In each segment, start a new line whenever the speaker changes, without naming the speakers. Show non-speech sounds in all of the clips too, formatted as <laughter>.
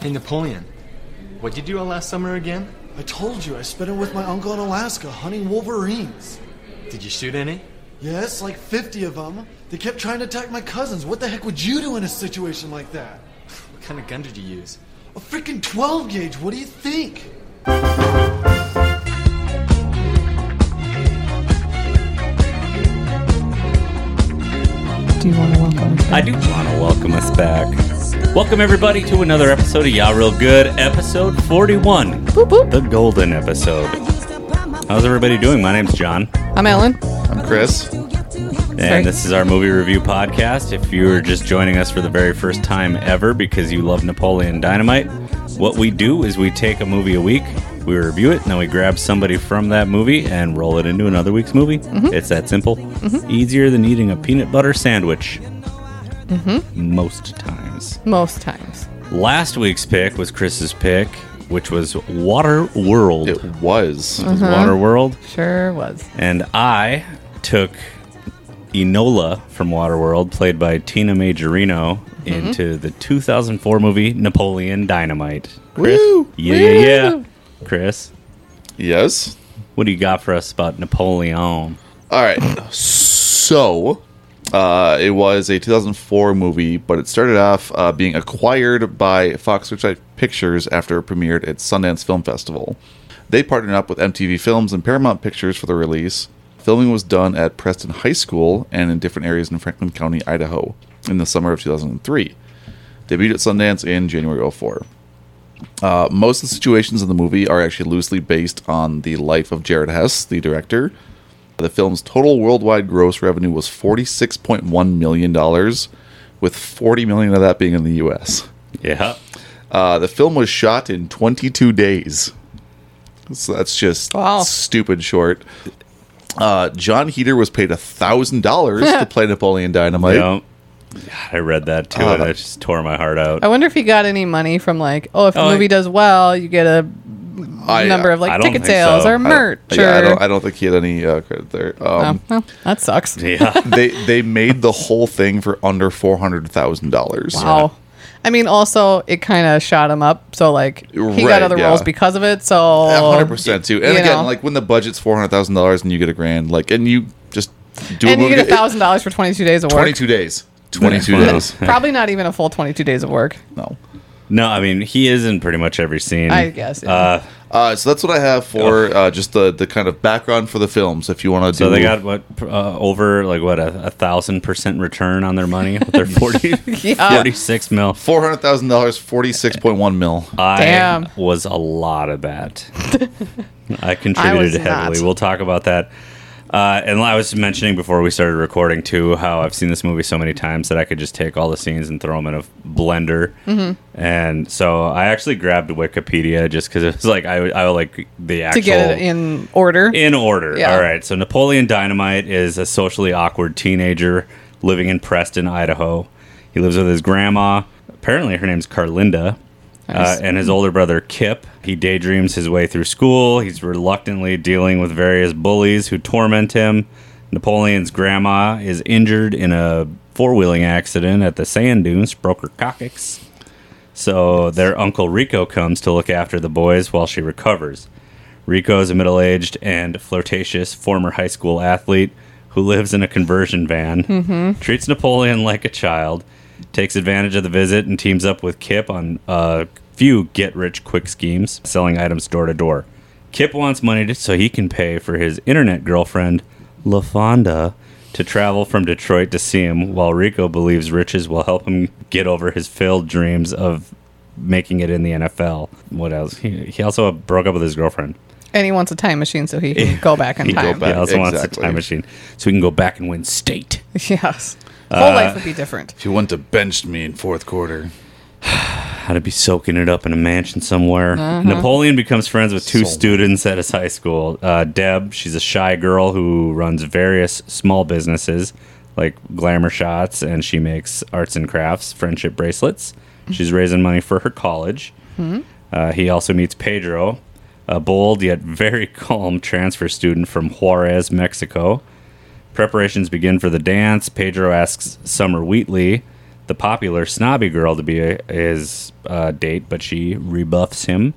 Hey, Napoleon, what'd you do all last summer again?
I told you I spent it with my uncle in Alaska hunting wolverines.
Did you shoot any?
Yes, like 50 of them. They kept trying to attack my cousins. What the heck would you do in a situation like that?
What kind of gun did you use?
A freaking 12 gauge, what do you think?
Do you want to welcome?
I do want to welcome us back. Welcome, everybody, to another episode of Ya Real Good, episode 41, the golden episode. How's everybody doing? My name's John,
I'm Ellen.
Chris.
and
Sorry.
this is our movie review podcast. If you're just joining us for the very first time ever because you love Napoleon Dynamite, what we do is we take a movie a week, we review it, and then we grab somebody from that movie and roll it into another week's movie. It's that simple. Easier than eating a peanut butter sandwich most times.
Most times.
Last week's pick was Chris's pick, which was Water World.
It was.
Mm-hmm.
Water World.
Sure was.
And I took Enola from Waterworld, played by Tina Majorino,
Mm-hmm.
into the 2004 movie Napoleon Dynamite. Chris? Yeah, yeah, yeah. Chris,
Yes.
what do you got for us about Napoleon?
All right. So, uh, it was a 2004 movie, but it started off uh, being acquired by Fox Searchlight Pictures after it premiered at Sundance Film Festival. They partnered up with MTV Films and Paramount Pictures for the release. Filming was done at Preston High School and in different areas in Franklin County, Idaho, in the summer of 2003. Debuted at Sundance in January 04. Uh, most of the situations in the movie are actually loosely based on the life of Jared Hess, the director. The film's total worldwide gross revenue was $46.1 million, with $40 million of that being in the U.S.
Yeah.
Uh, the film was shot in 22 days. So that's just
Wow.
stupid short. Uh, John Heater was
<laughs>
paid $1,000 to play Napoleon Dynamite.
Yeah. God, I read that too, and
Uh, oh.
that just tore my heart out.
I wonder if he got any money from like, oh, if the
Oh, I-
movie does well, you get a
I-
number of
I
like
don't
ticket
think
sales
so. I
or
don't-
merch.
I- yeah, I,
or-
don't, I don't think he had any uh, credit there. Um,
Oh, well, that sucks.
<laughs> yeah.
they, they made the whole thing for under $400,000.
Wow. I mean, also it kind of shot him up, so like he
Right,
got other
yeah.
roles because of it. So
A hundred percent too. And
Um, you
again,
know.
like when the budget's four hundred thousand dollars and you get a grand, like and you just do
and
a
you
movie
get a thousand dollars for twenty two days of work.
twenty two days. Twenty two
Yeah.
<laughs>
days.
Probably not even a full twenty two days of work.
No.
No, I mean, he is in pretty much every scene.
I guess. yeah.
Uh,
Uh, so that's what I have for uh, just the, the kind of background for the film. So if you want to do,
So they got what uh, over like what a, a thousand percent return on their money with their 40,
Yeah.
46 mil.
four hundred thousand dollars, forty six point one mil.
I
Damn.
was a lot
<laughs>
of that. I
I was
contributed heavily.
not.
We'll talk about that. Uh, and I was mentioning before we started recording too how I've seen this movie so many times that I could just take all the scenes and throw them in a blender.
Mm-hmm.
And so I actually grabbed Wikipedia just because it was like I, I like the actual
to get it in order.
in order.
Yeah.
All right. So Napoleon Dynamite is a socially awkward teenager living in Preston, Idaho. He lives with his grandma. Apparently, her name's Carlinda. Uh, and his older brother Kip. He daydreams his way through school. He's reluctantly dealing with various bullies who torment him. Napoleon's grandma is injured in a four wheeling accident at the sand dunes, broke her coccyx. So their uncle Rico comes to look after the boys while she recovers. Rico is a middle aged and flirtatious former high school athlete who lives in a conversion van, treats Napoleon like a child, takes advantage of the visit, and teams up with Kip on a few get rich quick schemes, selling items door to door. Kip wants money to, so he can pay for his internet girlfriend, LaFonda, to travel from Detroit to see him, while Rico believes riches will help him get over his failed dreams of making it in the NFL. What else? He, he also broke up with his girlfriend.
and he wants a time machine so he <laughs> can go back in
He,
time.
go back.
he also wants a
exactly.
time machine so he can go back and win state.
Yes. Whole life would be different.
If you want to bench me in fourth quarter,
How to be soaking it up in a mansion somewhere.
Uh-huh.
Napoleon becomes friends with two
So-
students at his high school. Uh, Deb, she's a shy girl who runs various small businesses like glamour shots, and she makes arts and crafts, friendship bracelets. She's raising money for her college.
Hmm?
Uh, he also meets Pedro, a bold yet very <laughs> calm transfer student from Juarez, Mexico. Preparations begin for the dance. Pedro asks Summer Wheatley, the popular snobby girl to be a, his uh, date, but she rebuffs him.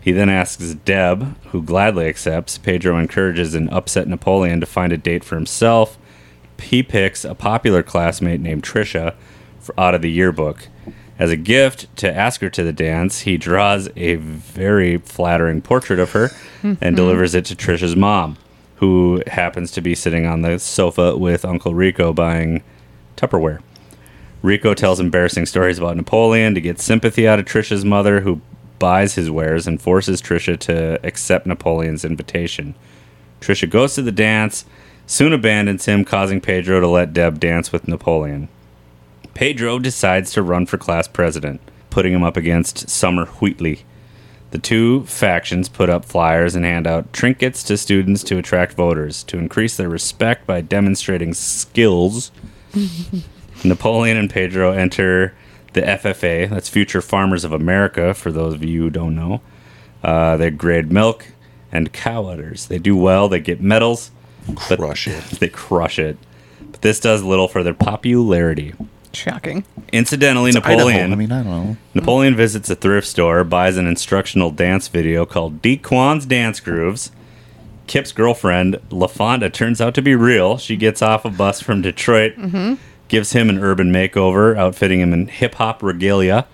He then asks Deb, who gladly accepts. Pedro encourages an upset Napoleon to find a date for himself. He picks a popular classmate named Trisha for, out of the yearbook. As a gift to ask her to the dance, he draws a very flattering portrait of her and delivers it to Trisha's mom, who happens to be sitting on the sofa with Uncle Rico buying Tupperware. Rico tells embarrassing stories about Napoleon to get sympathy out of Trisha's mother, who buys his wares and forces Trisha to accept Napoleon's invitation. Trisha goes to the dance, soon abandons him, causing Pedro to let Deb dance with Napoleon. Pedro decides to run for class president, putting him up against Summer Wheatley. The two factions put up flyers and hand out trinkets to students to attract voters, to increase their respect by demonstrating skills. Napoleon and Pedro enter the FFA, that's Future Farmers of America, for those of you who don't know. Uh, they grade milk and cow udders. They do well, they get medals,
Crush it.
<laughs> they crush it. But this does little for their popularity.
Shocking.
Incidentally, Napoleon.
Idaho. I mean, I don't know.
Napoleon visits a thrift store, buys an instructional dance video called D. Kwan's Dance Grooves. Kip's girlfriend, LaFonda, turns out to be real. She gets off a bus from Detroit, gives him an urban makeover, outfitting him in hip hop regalia.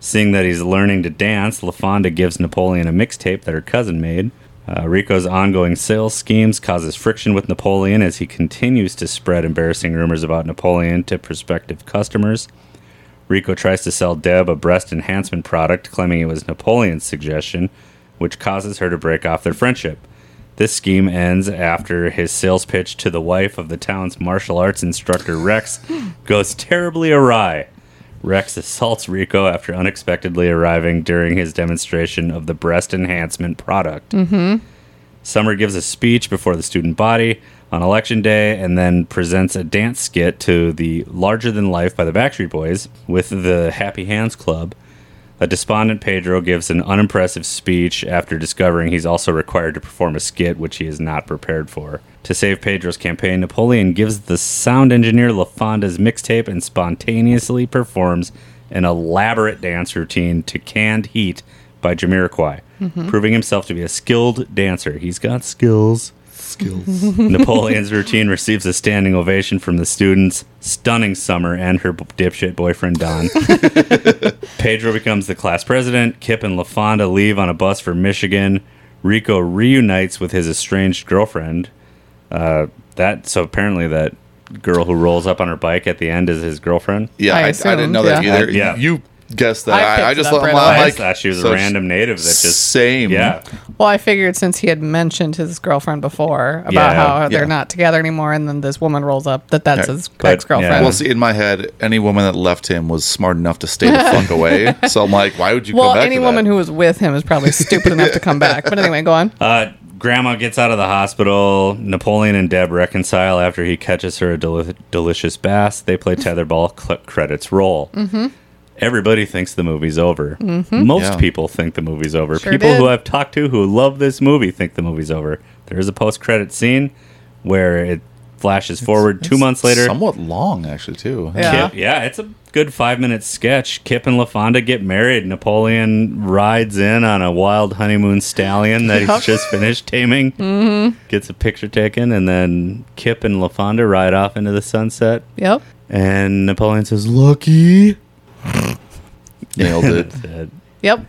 Seeing that he's learning to dance, LaFonda gives Napoleon a mixtape that her cousin made. Uh, Rico's ongoing sales schemes causes friction with Napoleon as he continues to spread embarrassing rumors about Napoleon to prospective customers. Rico tries to sell Deb a breast enhancement product, claiming it was Napoleon's suggestion, which causes her to break off their friendship. This scheme ends after his sales pitch to the wife of the town's martial arts instructor, Rex, goes terribly awry. Rex assaults Rico after unexpectedly arriving during his demonstration of the breast enhancement product. Summer gives a speech before the student body on election day and then presents a dance skit to the Larger Than Life by the Backstreet Boys with the Happy Hands Club. A despondent Pedro gives an unimpressive speech after discovering he's also required to perform a skit which he is not prepared for. To save Pedro's campaign, Napoleon gives the sound engineer LaFonda's mixtape and spontaneously performs an elaborate dance routine to Canned Heat by Jamiroquai, proving himself to be a skilled dancer. He's got skills. <laughs>
Skills.
Napoleon's routine receives a standing ovation from the students, stunning Summer and her b- dipshit boyfriend Don. Pedro becomes the class president. Kip and LaFonda leave on a bus for Michigan. Rico reunites with his estranged girlfriend. Uh, that so apparently that girl who rolls up on her bike at the end is his girlfriend.
Yeah,
I
I, I, didn't
assumed,
know that
yeah.
either.
Yeah.
You guessed that.
I picked
I, I,
it
just
up
thought
right
I'm
I
away.
like,
thought she was
so
a random native that just
same.
yeah.
Well, I figured since he had mentioned his girlfriend before about
Yeah,
how
yeah.
they're not together anymore, and then this woman rolls up that that's
Yeah,
his
but-
ex girlfriend.
Well, see, in my head, any woman that left him was smart enough to
<laughs>
stay the fuck away. So I'm like, why would you
Well,
come back?
any
to
woman
that?
who was with him is probably stupid enough to come back. But anyway, go on.
Uh, Grandma gets out of the hospital. Napoleon and Deb reconcile after he catches her a deli- delicious bass. They play tetherball. Cl- credits roll. Mm-hmm. Everybody thinks the movie's over. Most
Yeah.
people think the movie's over.
Sure
people
did.
who I've talked to who love this movie think the movie's over. There is a post-credit scene where it flashes forward two months later.
somewhat long actually too.
Yeah.
Kip, yeah, it's a good five minute sketch. Kip and LaFonda get married. Napoleon rides in on a wild honeymoon stallion that he's just finished taming, mm-hmm. gets a picture taken, and then Kip and LaFonda ride off into the sunset.
Yep.
And Napoleon says, Lucky.
<laughs> Nailed it.
The
Yep.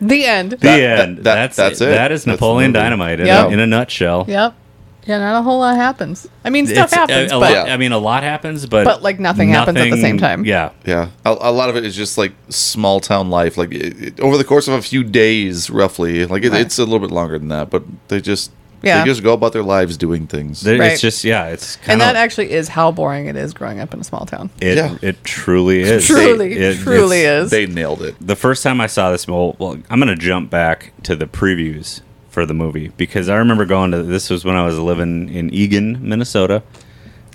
The end.
That-
end.
that- that-
that's,
that's
it.
it.
That is
That's the
Napoleon
movie.
Dynamite in,
Yeah.
in a nutshell.
yep. Yeah, not a whole lot happens. I mean, stuff
It's- a-
happens,
a
but
lot- I mean, a lot happens, but.
But, like, nothing happens at the same time.
Yeah.
Yeah, a, a lot of it is just like small town life. Like it, it- over the course of a few days, roughly. Like it,
Right.
it's a little bit longer than that, but they just
Yeah.
they just go about their lives doing things.
There-
Right.
It's just, yeah, it's kind
and
of.
that actually is how boring it is growing up in a small town.
It,
Yeah.
it truly is.
truly,
It- it's-
truly is.
they nailed it.
the first time I saw this, well, well, I'm gonna jump back to the previews for the movie because I remember going to this was when I was living in Eagan, Minnesota,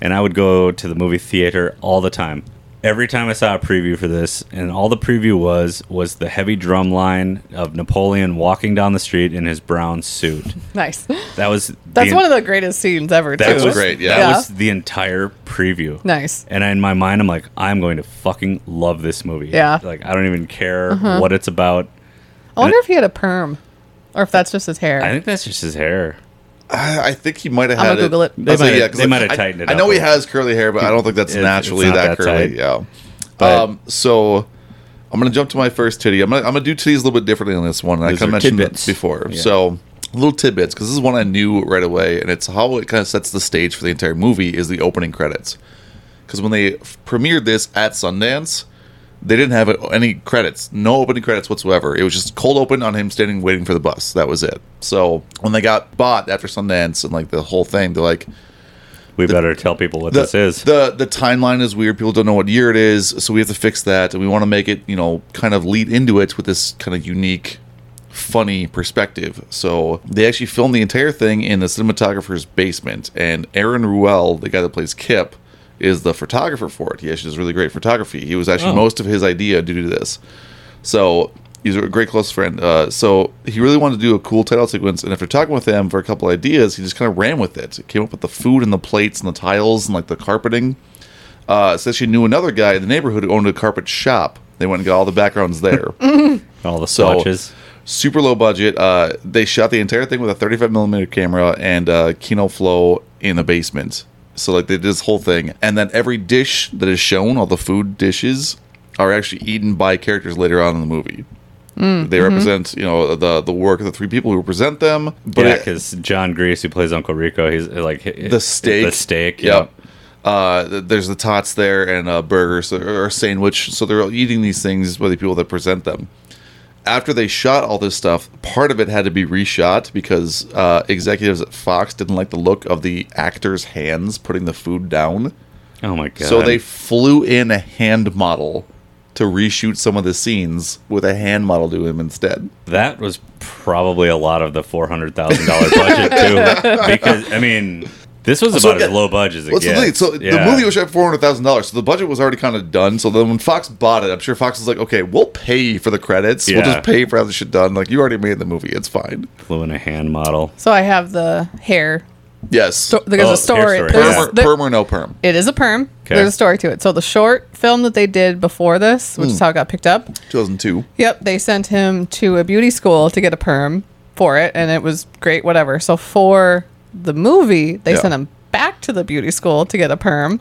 and I would go to the movie theater all the time. every time I saw a preview for this, and all the preview was was the heavy drum line of Napoleon walking down the street in his brown suit.
Nice.
That was
That's one of the greatest scenes ever.
that
too.
was
great, yeah.
That
Yeah.
was the entire preview.
Nice.
And in my mind, I'm like, I'm going to fucking love this movie.
Yeah. Mm-hmm.
Like I don't even care what it's about.
I wonder if he had a perm, or if that's just his hair.
I think that's just his hair.
I, I think he might have
I'ma
had
Google it.
They
I was like,
might-
yeah, 'cause
they
I-
might have
I-
tightened it
I know
up
he
a-
has curly hair, but I don't think that's
It's- it's
naturally
not that
that, curly.
tight.
Yeah.
But-
um, so I'm gonna jump to my first titty. I'm gonna I'm gonna do titties a little bit differently on this one. and I
These
kind of
are
mentioned
tidbits.
it before.
Yeah.
So little tidbits because this is one I knew right away, and it's how it kind of sets the stage for the entire movie is the opening credits. Because when they f- premiered this at Sundance, they didn't have any credits, no opening credits whatsoever. It was just cold open on him standing waiting for the bus. That was it. So when they got bought after Sundance and like the whole thing, they're like,
We better tell people what
the,
this is.
the the timeline is weird. People don't know what year it is, so we have to fix that, and we want to make it you know kind of lead into it with this kind of unique, funny perspective. So they actually filmed the entire thing in the cinematographer's basement, and Aaron Ruel, the guy that plays Kip, is the photographer for it. He actually does really great photography. He was actually
Oh.
most of his idea due to this. So he's a great close friend. Uh, so he really wanted to do a cool title sequence, and after talking with him for a couple ideas, he just kind of ran with it. He came up with the food and the plates and the tiles and like the carpeting. Uh, so she knew another guy in the neighborhood who owned a carpet shop. They went and got all the backgrounds there.
all the
So-
swatches.
Super low budget. Uh, they shot the entire thing with a 35 millimeter camera and uh, Kino Flow in the basement. So like they did this whole thing, and then every dish that is shown, all the food dishes, are actually eaten by characters later on in the movie. they represent, you know, the the work of the three people who represent them. But
yeah,
it-
because John Grease, who plays Uncle Rico, he's uh, like h-
the steak,
The steak.
Yep. Uh, th- there's the tots there and a burger so, or a sandwich. So they're all eating these things by the people that present them. After they shot all this stuff, part of it had to be reshot because uh, executives at Fox didn't like the look of the actors' hands putting the food down.
Oh my god.
So they flew in a hand model to reshoot some of the scenes with a hand model to him instead.
That was probably a lot of the four hundred thousand
<laughs>
dollar budget too, because I mean, this was about
So,
as
yeah.
low budget as it
Well, that's the thing.
gets.
So
Yeah.
the movie was shot four hundred thousand dollars. So the budget was already kind of done. So then when Fox bought it, I'm sure Fox was like, "Okay, we'll pay for the credits. We'll
Yeah.
just pay for how this shit done. Like you already made the movie. It's fine."
flew in a hand model.
so I have the hair.
Yes,
There's
Oh,
a story.
hair story,
There's-
yeah.
perm, or,
there-
perm or no perm.
it is a perm.
'Kay.
There's a story to it. So the short film that they did before this, which is how it got picked up.
2002.
Yep, they sent him to a beauty school to get a perm for it, and it was great. Whatever. So for the movie, they
Yeah.
sent him back to the beauty school to get a perm.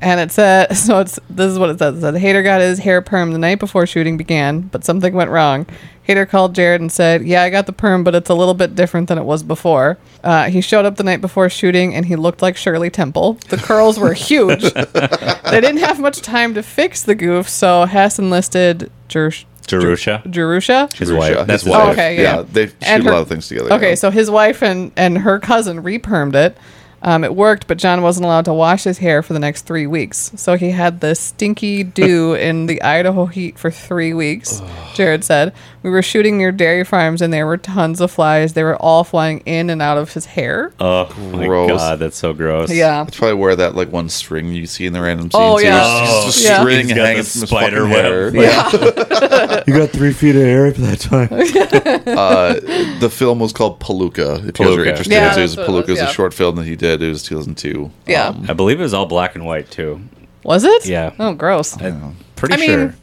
And it said, <laughs> so it's this is what it says. It said, Hader got his hair perm the night before shooting began, but something went wrong. Hader called Jared and said, Yeah, I got the perm, but it's a little bit different than it was before. Uh, he showed up the night before shooting and he looked like Shirley Temple. The curls were huge. they didn't have much time to fix the goof, so Hess enlisted Jer-
Jerusha,
Jerusha.
his wife.
His
That's
wife.
wife.
Oh, okay, yeah.
they shoot
And
a
her-
lot of things together.
Okay,
yeah.
so his wife and, and her cousin repermed it. Um, it worked, but John wasn't allowed to wash his hair for the next three weeks. So he had the stinky
<laughs>
dew in the Idaho heat for three weeks, Jared said. We were shooting near dairy farms and there were tons of flies. They were all flying in and out of his hair.
Oh my
Gross.
god, that's so gross.
yeah.
That's probably where that like one string you see in the random scenes.
Oh, yeah.
It's just a
Yeah.
string
He's got
hanging
the
from his
spider
fucking
web.
hair.
Yeah.
You got three feet of hair at that time.
Uh, the film was called Palooka. If you guys are
Palooka.
interested,
Yeah,
it was
that's what it was,
Palooka. is
yeah.
a short film that he did. It was 2002.
Yeah.
Um,
I believe it was all black and white too.
Was it?
Yeah.
Oh, gross.
Pretty
I mean-
sure.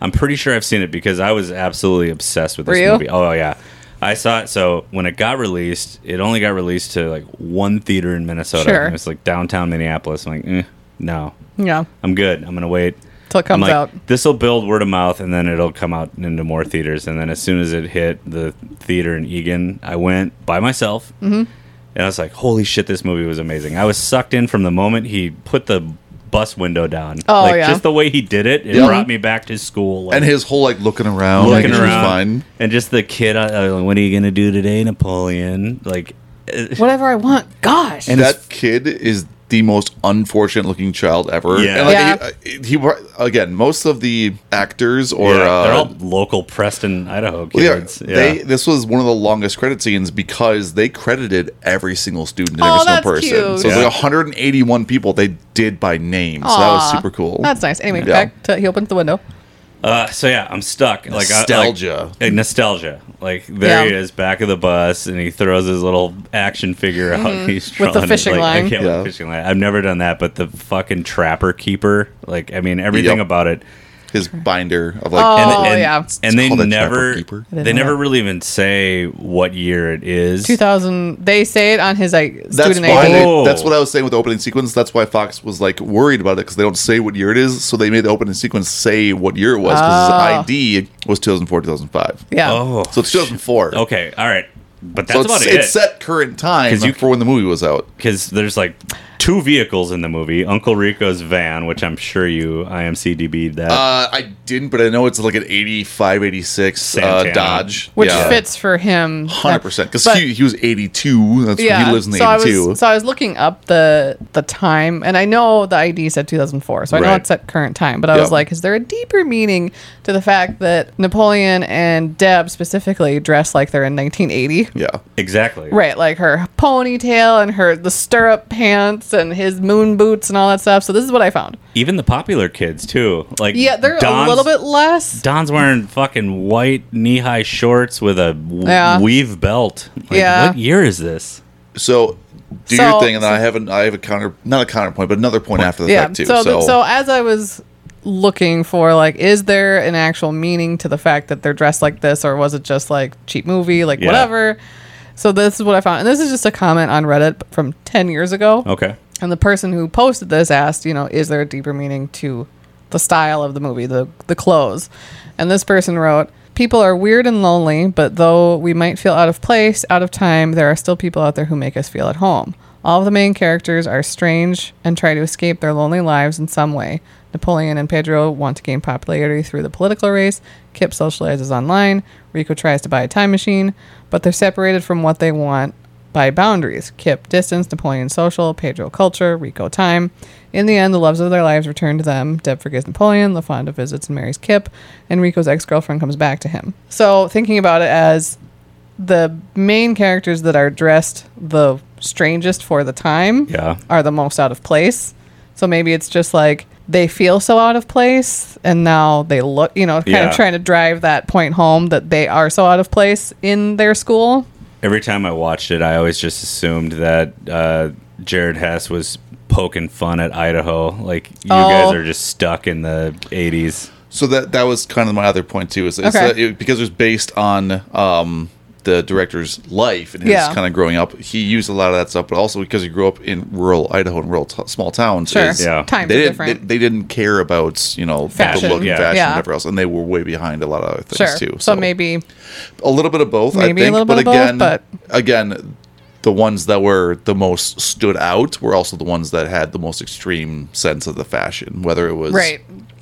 I'm pretty sure I've seen it because I was absolutely obsessed with
Were
this
you?
movie. Oh yeah. I saw it so when it got released, it only got released to like one theater in Minnesota.
Sure.
And it was like downtown Minneapolis. I'm like, eh, no.
yeah.
I'm good. I'm gonna wait.
Till it
I'm
comes
like,
out.
This will build word of mouth, and then it'll come out into more theaters. And then as soon as it hit the theater in Egan, I went by myself, mm-hmm. and I was like, "Holy shit, this movie was amazing!" I was sucked in from the moment he put the bus window down.
Oh,
like,
yeah.
just the way he did it, it
Yeah.
brought me back to school. Like,
and his whole like looking around,
looking
like,
around,
fine.
and just the kid. I, I was like, what are you gonna do today, Napoleon? Like, eh,
Whatever I want. Gosh.
and
that
it's-
kid is the most unfortunate looking child ever.
Yeah.
And, like, He, he- again, most of the actors or
yeah, they're
uh,
all local Preston, Idaho
yeah,
kids. Yeah,
They, this was one of the longest credit scenes because they credited every single student and
Oh,
every single
that's
person.
cute.
So it's
Yeah.
like 181 people they did by name. So that was
Aw,
super cool.
That's nice. Anyway,
Yeah.
back to he opens the window.
Uh, so yeah, I'm stuck. Like I-
Nostalgia.
like, uh, nostalgia. Like there
Yeah.
he is, back of the bus, and he throws his little action figure out. and he's
Mm-hmm. With the
drawing it.
fishing
Like,
line.
I can't with
Yeah.
the fishing line. I've never done that, but the fucking trapper keeper. Like I mean, everything
Yep.
about it.
His binder of like
Oh,
and, and,
yeah.
and they
It's called a trapper
never
keeper.
I didn't
they
know
never
that.
really even say what year it is.
2000. They say it on his like
that's
student
why
ID.
they,
Oh.
that's what I was saying with the opening sequence. That's why Fox was like worried about it because they don't say what year it is. So they made the opening sequence say what year it was because
Oh.
his ID was 2004, 2005.
Yeah.
Oh,
So it's 2004.
okay, all right, but
So
that's
it's,
about
it's
it.
set current time
'Cause you-
for when the movie was out.
because there's like two vehicles in the movie Uncle Rico's van, which I'm sure you IMCDB'd that.
Uh, I didn't, but I know it's like an 85, 86 uh,
Santana.
Dodge.
which
Yeah.
fits for him
100%. Because
But-
he, he was 82. That's
Yeah,
he lives in the
so I
82.
was so I was looking up the the time, and I know the ID said 2004, so I know
Right.
it's at current time. But I was
Yep.
like, is there a deeper meaning to the fact that Napoleon and Deb specifically dress like they're in 1980?
yeah.
exactly.
Right, like her ponytail and her the stirrup pants and his moon boots and all that stuff. So this is what I found.
Even the popular kids too. Like
Yeah, they're
Don's-
a little bit less.
Don's wearing fucking white knee-high shorts with a w-
Yeah.
weave belt. Like,
Yeah.
What year is this?
So do
So-
your thing, and then I have an, I have a counter, not a counterpoint, but another point after the
yeah.
fact, too.
So, th- so as I was looking for like, is there an actual meaning to the fact that they're dressed like this, or was it just like cheap movie, like
Yeah.
whatever? So this is what I found, and this is just a comment on Reddit from ten years ago.
Okay.
And the person who posted this asked, you know, is there a deeper meaning to the style of the movie, the the clothes? And this person wrote, People are weird and lonely, but though we might feel out of place, out of time, there are still people out there who make us feel at home. All of the main characters are strange and try to escape their lonely lives in some way. Napoleon and Pedro want to gain popularity through the political race. Kip socializes online. Rico tries to buy a time machine, but they're separated from what they want by boundaries Kip distance, Napoleon social, Pedro culture, Rico time. In the end, the loves of their lives return to them. Deb forgives Napoleon, LaFonda visits and marries Kip, and Rico's ex girlfriend comes back to him. So, thinking about it as the main characters that are dressed the strangest for the time
Yeah.
are the most out of place. So, maybe it's just like they feel so out of place, and now they look, you know, kind
Yeah.
of trying to drive that point home that they are so out of place in their school.
Every time I watched it, I always just assumed that uh, Jared Hess was poking fun at Idaho. Like you
Oh.
guys are just stuck in the '80s.
So that that was kind of my other point too is, is
Okay.
that it, because it was based on um, the director's life and his
Yeah.
kind of growing up. He used a lot of that stuff, but also because he grew up in rural Idaho and rural t- small towns.
Sure.
is
Yeah.
Times
they
are
didn't they,
different.
they didn't care about you know
Fashion.
the look,
Yeah.
and fashion,
Yeah.
and whatever else, and they were way behind a lot of other things
Sure.
too.
so maybe
a little bit of both.
Maybe a
I think,
little
but
bit of both,
again,
but-
again, the ones that were the most stood out were also the ones that had the most extreme sense of the fashion, whether it was
Right.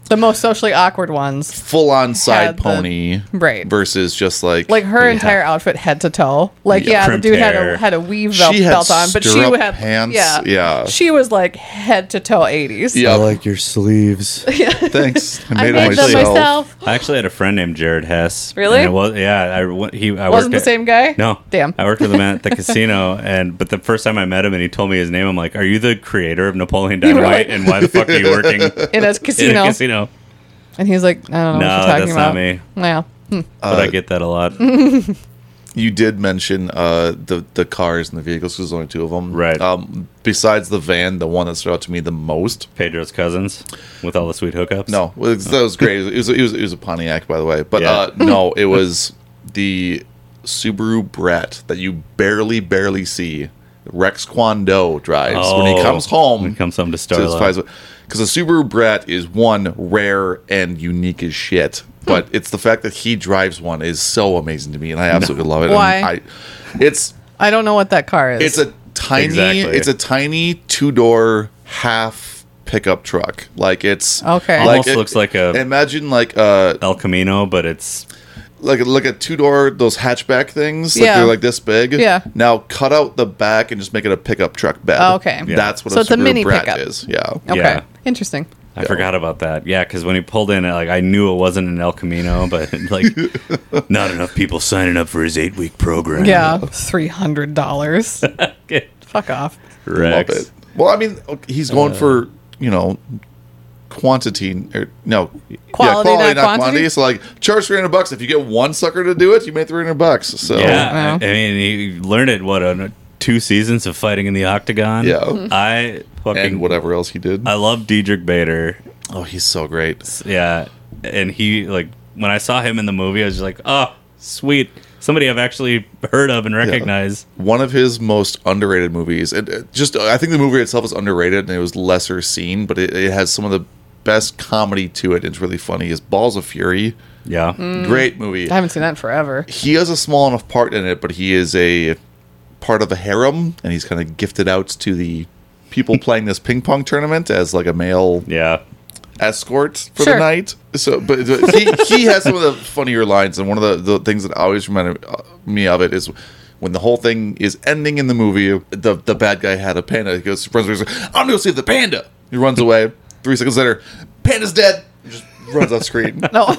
The most socially awkward ones.
full on
Had
side
the-
pony,
right.
Versus just like
Like her
Yeah.
entire outfit head to toe. Like yeah,
Yeah.
the
Crimped
dude had a
hair.
had a weave belt,
She had
belt on, but she
stirrup
had
pants,
Yeah.
yeah.
She was like head to toe 80s.
Yeah.
I like
<laughs>
your sleeves.
Thanks.
I made, them myself.
I actually had a friend named Jared Hess.
Really?
And it was yeah. I wa- he I
Wasn't
worked
the
at-
same guy?
No.
<laughs> Damn.
I worked with
<laughs>
him at the casino, and but the first time I met him and he told me his name, I'm like, "Are you the creator
<laughs>
of Napoleon
were
Dynamite?
like-
and why the fuck are you
<laughs>
working <laughs> in
In a
a
casino.
casino?"
And he's like, I don't know
No,
what you're talking
that's not
about.
me.
Yeah. Hmm.
But
Uh,
I get that
<laughs>
a lot.
You did mention uh, the the cars and the vehicles because there's only two of them,
Right.
Um, besides the van, the one that stood out to me the most.
Pedro's cousins with all the sweet hookups.
No, well, it's- that was great. It was, it was it was a Pontiac, by the way, but
Yeah.
uh, no, it was the Subaru Brett that you barely barely see. Rex Kwando drives when he
Oh,
comes home.
when he comes home to Starla.
because a Subaru Brett is one rare and unique as shit. But it's the fact that he drives one is so amazing to me, and I absolutely love it. And
Why?
I, it's
I don't know what that car is.
it's a tiny
Exactly.
it's a tiny two door half pickup truck. Like it's
Okay.
like
Almost looks like a-
imagine like a
El Camino, but it's
like like a two door those hatchback things. Like
Yeah.
they're like this big.
Yeah.
Now cut out the back and just make it a pickup truck bed.
Oh, okay. Yeah.
That's what
So
a
it's a
Subaru
mini
Brat
pickup.
is. Yeah.
Okay.
Yeah.
Interesting.
I forgot about that. Yeah, because when he pulled in, like I knew it wasn't an El Camino, but <laughs>
<laughs>
like not enough people signing up for his eight week program.
Yeah. Three hundred
<laughs>
dollars. Fuck off.
Love
Rex.
it. Well, I mean, okay, he's going for you know quantity or no quality,
Quality, not quantity?
So like charge three hundred bucks if you get one sucker to do it, you made three hundred bucks. So
Yeah,
Wow.
Oh.
I, I mean, he learned it what on two seasons of fighting in the octagon.
Yeah.
I
and
fucking
whatever else he did.
I love Diedrich Bader.
oh, he's so great.
Yeah, and he like when I saw him in the movie, I was just like, oh, sweet, somebody I've actually heard of and recognize.
one of his most underrated movies. It, it just uh, I think the movie itself is underrated and it was lesser seen, but it, it has some of the best comedy to it. It's really funny. Is Balls of Fury
Yeah,
Mm.
great movie?
I haven't seen that in
<laughs>
forever.
He has a small enough part in it, but he is a part of a harem, and he's kind of gifted out to the people playing this ping pong tournament as like a male
yeah.
escort for the
Sure.
night. So, but he, he has some of the funnier lines, and one of the, the things that always reminded me of it is when the whole thing is ending in the movie. The the bad guy had a panda. He goes, runs away. He's like, I'm gonna go save the panda. He runs away. Three seconds later, panda's dead. He just runs off
<laughs>
screen.
No.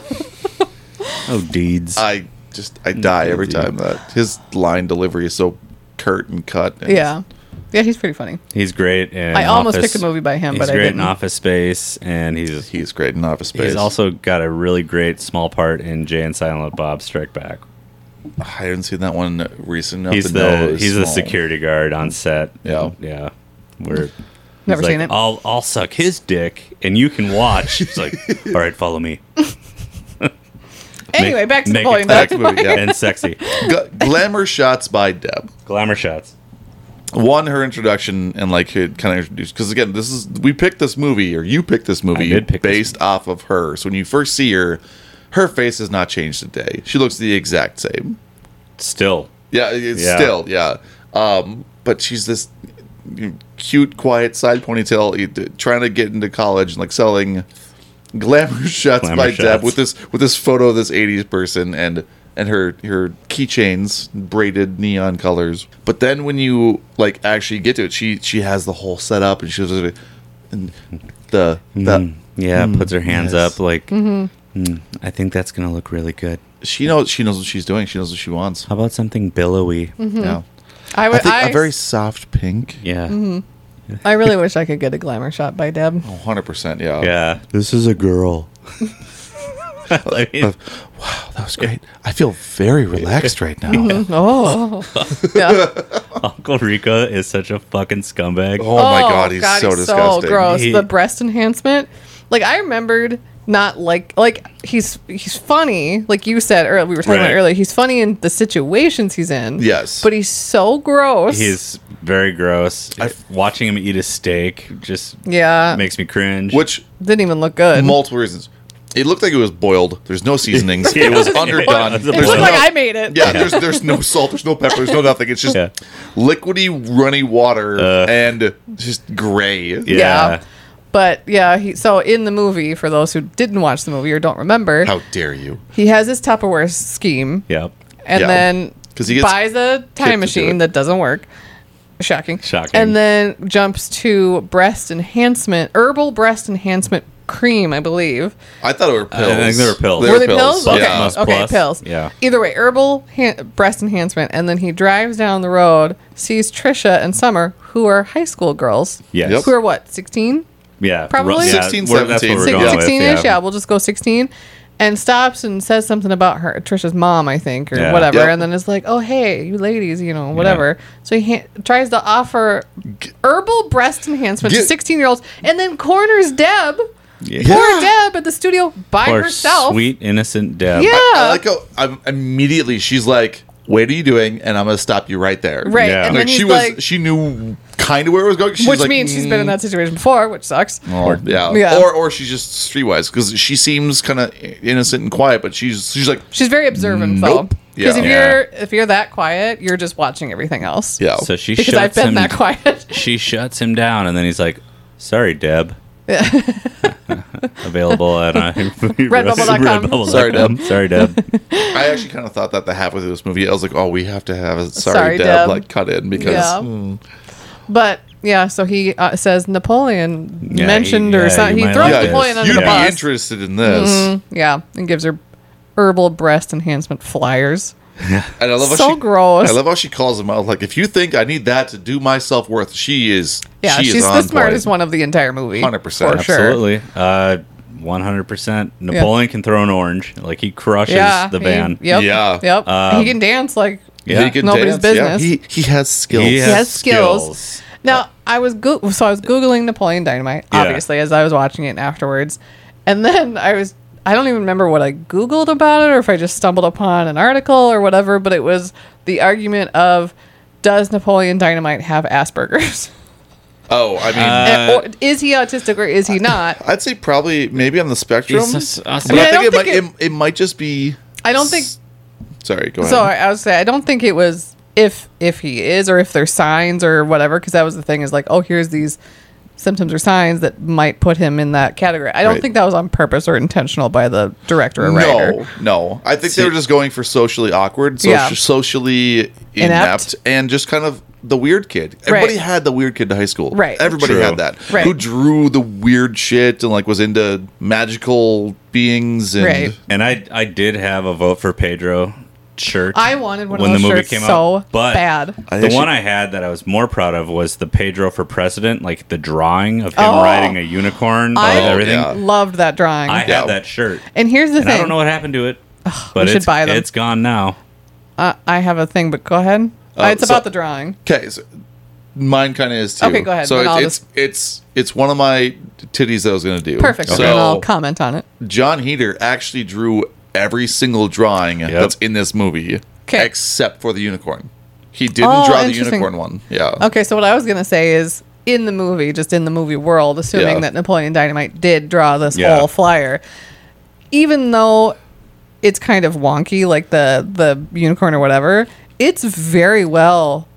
Oh, deeds.
I just I die every time that his line delivery is so curt and cut. and-
yeah. Yeah, he's pretty funny.
he's great. In
I almost
Office.
picked a movie by him,
He's
but I
great
didn't.
in Office Space, and he's
he's great in Office Space.
he's also got a really great small part in Jay and Silent Bob Strike Back.
I haven't seen that one recent enough.
He's
to know
the
it's
he's the
small.
security guard on set.
Yeah.
yeah. Where
Never
he's
seen
like, "Oh,
it.
I'll I'll suck his dick, and you can watch. It's
<laughs>
like, all right, follow me.
anyway,
Make-
back to the
make it
point. Back
Back to the movie, yeah.
and sexy
Gl- glamour shots by Deb.
glamour shots.
one her introduction and like it kind of introduced because again this is we picked this movie or you picked this movie
I did pick this
based off of her so when you first see her her face has not changed a day she looks the exact same
Still,
yeah it's
Yeah.
still yeah um but she's this you know, cute quiet side ponytail you d- trying to get into college and like selling glamour <laughs> shots
Glamour
by deb
shots.
with this with this photo of this 80s person and and her her keychains braided neon colors but then when you like actually get to it she she has the whole setup and she was like, and the the
Mm. yeah,
Mm.
puts her hands
yes.
up like.
Mm-hmm.
"Mm, I think that's gonna look really good.
she knows she knows what she's doing she knows what she wants
How about something billowy?
Mm-hmm.
yeah
I
i
would.
think
I,
a very soft pink
Yeah,
Mm-hmm. I really wish I could get a glamour shot by Deb. <laughs>
<laughs> 100% yeah
yeah.
This is a girl.
<laughs> I mean,
that was great i feel very relaxed right now
Oh. yeah.
Uncle Rico is such a fucking scumbag.
oh my god he's so disgusting
gross.
He-
the breast enhancement. Like I remembered not like like he's he's funny. Like you said earlier, we were talking about
Right.
earlier. He's funny in the situations he's in.
Yes.
But he's so gross.
He's very gross.
I've-
Watching him eat a steak just
yeah.
makes me cringe.
which
didn't even look good.
multiple reasons. It looked like it was boiled. There's no seasonings. It was
<laughs>
underdone.
It
There's
looked
it looked
no,
like I made it.
yeah, there's there's no salt. There's no pepper. There's no nothing. It's just
Yeah. Uh.
liquidy, runny water and just gray.
yeah. But yeah, he, so in the movie, for those who didn't watch the movie or don't remember,
How dare you?
he has his Tupperware scheme
Yep.
and
Yeah.
then
'Cause he gets
buys a
to do
time
it.
machine that doesn't work. Shocking.
Shocking.
And then jumps to breast enhancement, herbal breast enhancement cream, I believe.
I thought it were pills.
I think they were pills. They
Were they pills? Okay.
Yeah.
Must
okay,
plus.
pills.
Yeah.
Either way, herbal han- breast enhancement. And then he drives down the road, sees Trisha and Summer, who are high school girls.
Yes.
Yep.
Who are what, 16?
Yeah.
Probably?
Ro- yeah,
16,
we're- that's what
17.
we're
Six-
going
Six-
with,
16 ish. Yeah,
yeah.
we'll just go 16. And stops and says something about her, Trisha's mom, I think, or
Yeah.
whatever.
Yep.
And then it's like, oh, hey, you ladies, you know, whatever. So he ha- tries to offer herbal breast enhancement to
Get-
16 year olds and then corners Deb,
Yeah.
poor Deb, at the studio by
Poor
herself.
sweet innocent Deb.
Yeah.
I like how I'm, immediately she's like, "Wait, are you doing?" And I'm gonna stop you right there.
Right.
Yeah.
And
Like
then he's
she was,
like,
she knew kind of where it was going. She's
which
like,
means she's been in
"Mm,
that situation before, which sucks.
Or, yeah.
Yeah.
or or she's just streetwise because she seems kind of innocent and quiet, but she's she's like
She's very observant,
Nope.
though. Because
Yeah.
if
Yeah.
you're if you're that quiet, you're just watching everything else.
yeah.
So she
Because
shuts
I've been
him.
that quiet. <laughs>
She shuts him down, and then he's like, "Sorry, Deb." Available at <laughs> uh,
Redbubble.com.
Sorry, Deb.
Sorry, Deb.
I actually kind of thought that the halfway through this movie, I was like, oh, we have to have a sorry,
Sorry,
Deb,
Deb.
like cut in because
Yeah.
hmm.
But yeah, so he uh, says Napoleon
Yeah,
mentioned
he-
or
yeah,
something.
you
He
might
throws
like this.
Napoleon under
you'd
the
be
bus. Mm-hmm. Mm,
interested in this.
yeah, and gives her herbal breast enhancement flyers.
And I love how
So
she,
gross.
I love how she calls him out. Like, if you think I need that to do my self worth, she is.
Yeah,
she
she's
is
the
on
smartest
point.
one of the entire movie. <laughs>
100%,
for sure.
Absolutely. Uh, 100%. Napoleon can throw an orange. Like, he crushes
Yeah,
the
he-
van.
yep,
Yeah.
yep.
Um,
he can dance like
Yeah.
He can
Nobody's
dance, yeah.
business.
He, he has skills.
He
has skills. Now I was go- so I was googling Napoleon Dynamite,
Yeah.
obviously, as I was watching it afterwards, and then I was I don't even remember what I googled about it or if I just stumbled upon an article or whatever, but it was the argument of does Napoleon Dynamite have Asperger's? <laughs>
Oh, I mean,
And- or is he autistic or is he not?
I'd say probably maybe on the spectrum.
He's just-
But I,
I mean,
I
think, it,
don't
might,
think
it, it might just be.
I don't think
Sorry, go ahead.
So I I would say I don't think it was if if he is or if there's signs or whatever because that was the thing is like oh here's these symptoms or signs that might put him in that category. I don't
Right.
think that was on purpose or intentional by the director or writer.
no, no. I think they were just going for socially awkward, so
Yeah.
socially inept,
Inept.
and just kind of the weird kid. Everybody had the weird kid to high school.
Right.
Everybody
True.
had that.
Right.
Who drew the weird shit and like was into magical beings and
Right.
And I, I did have a vote for Pedro shirt.
I wanted one
when
of
the
those
movie
shirts
came
so
out, but
bad.
I
the
actually-
one I had that I was more proud of was the Pedro for president, like the drawing of him
Oh.
riding a unicorn
I-
and everything.
yeah.
Loved that drawing.
I had
Yeah.
that shirt,
and here's the
and
thing.
I don't know what happened to it, but
we should
it's,
buy them.
it's gone now.
Uh, I have a thing, but go ahead.
Oh,
it's
so-
about the drawing.
Okay, so mine kind of is too.
Okay, go ahead,
So
then
it's,
I'll
it's
just-
it's it's one of my titties that I was gonna do.
Perfect.
So
And I'll comment on it.
John Heater actually drew every single drawing that's in this movie,
'Kay.
except for the unicorn. He didn't
Oh,
draw the
interesting.
unicorn one. Yeah.
Okay, so what I was gonna say is in the movie, just in the movie world, assuming
Yeah.
that Napoleon Dynamite did draw this
Yeah.
whole flyer, even though it's kind of wonky, like the the unicorn or whatever, it's very well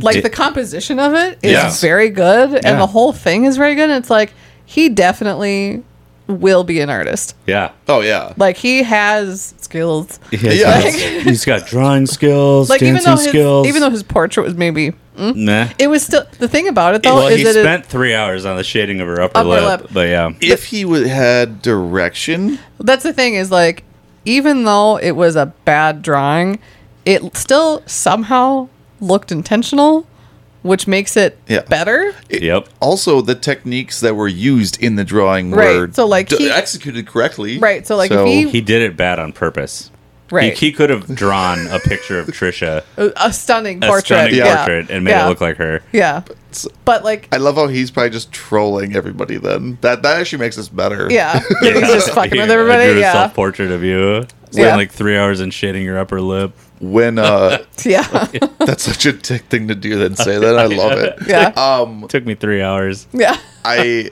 like
Di-
the composition of it is
Yes.
very good and
Yeah.
the whole thing is very good. And it's like he definitely will be an artist.
Yeah,
Oh yeah.
Like he has skills.
Yeah.
Like,
He's got drawing skills,
like even
dancing
though his
skills.
even though his portrait was maybe
nah.
it was still the thing about it though
well,
is
he
that it-
spent three hours on the shading of her upper,
Upper
lip,
lip.
but yeah,
if he would had direction,
That's the thing is like, even though it was a bad drawing, it still somehow looked intentional, which makes it
Yeah.
better.
it-
Yep.
Also, the techniques that were used in the drawing
Right,
were
so, like,
d-
he-
executed correctly.
Right, so, like, if he-
he did it bad on purpose.
Right.
He, he could have drawn a picture of Trisha,
a a stunning
a
portrait.
stunning
yeah.
portrait, and made
yeah.
it look like her.
Yeah. But like
I love how he's probably just trolling everybody. Then that that actually makes us better. <laughs>
yeah. <laughs> He's just fucking with
Yeah, I drew
everybody.
a
Yeah.
self-portrait of you.
Yeah.
Spent like three hours in shading your upper lip.
When uh, <laughs>
Yeah.
that's such a tick thing to do. Then say that I love it.
<laughs> Yeah.
<laughs> Um,
took me three hours.
yeah.
I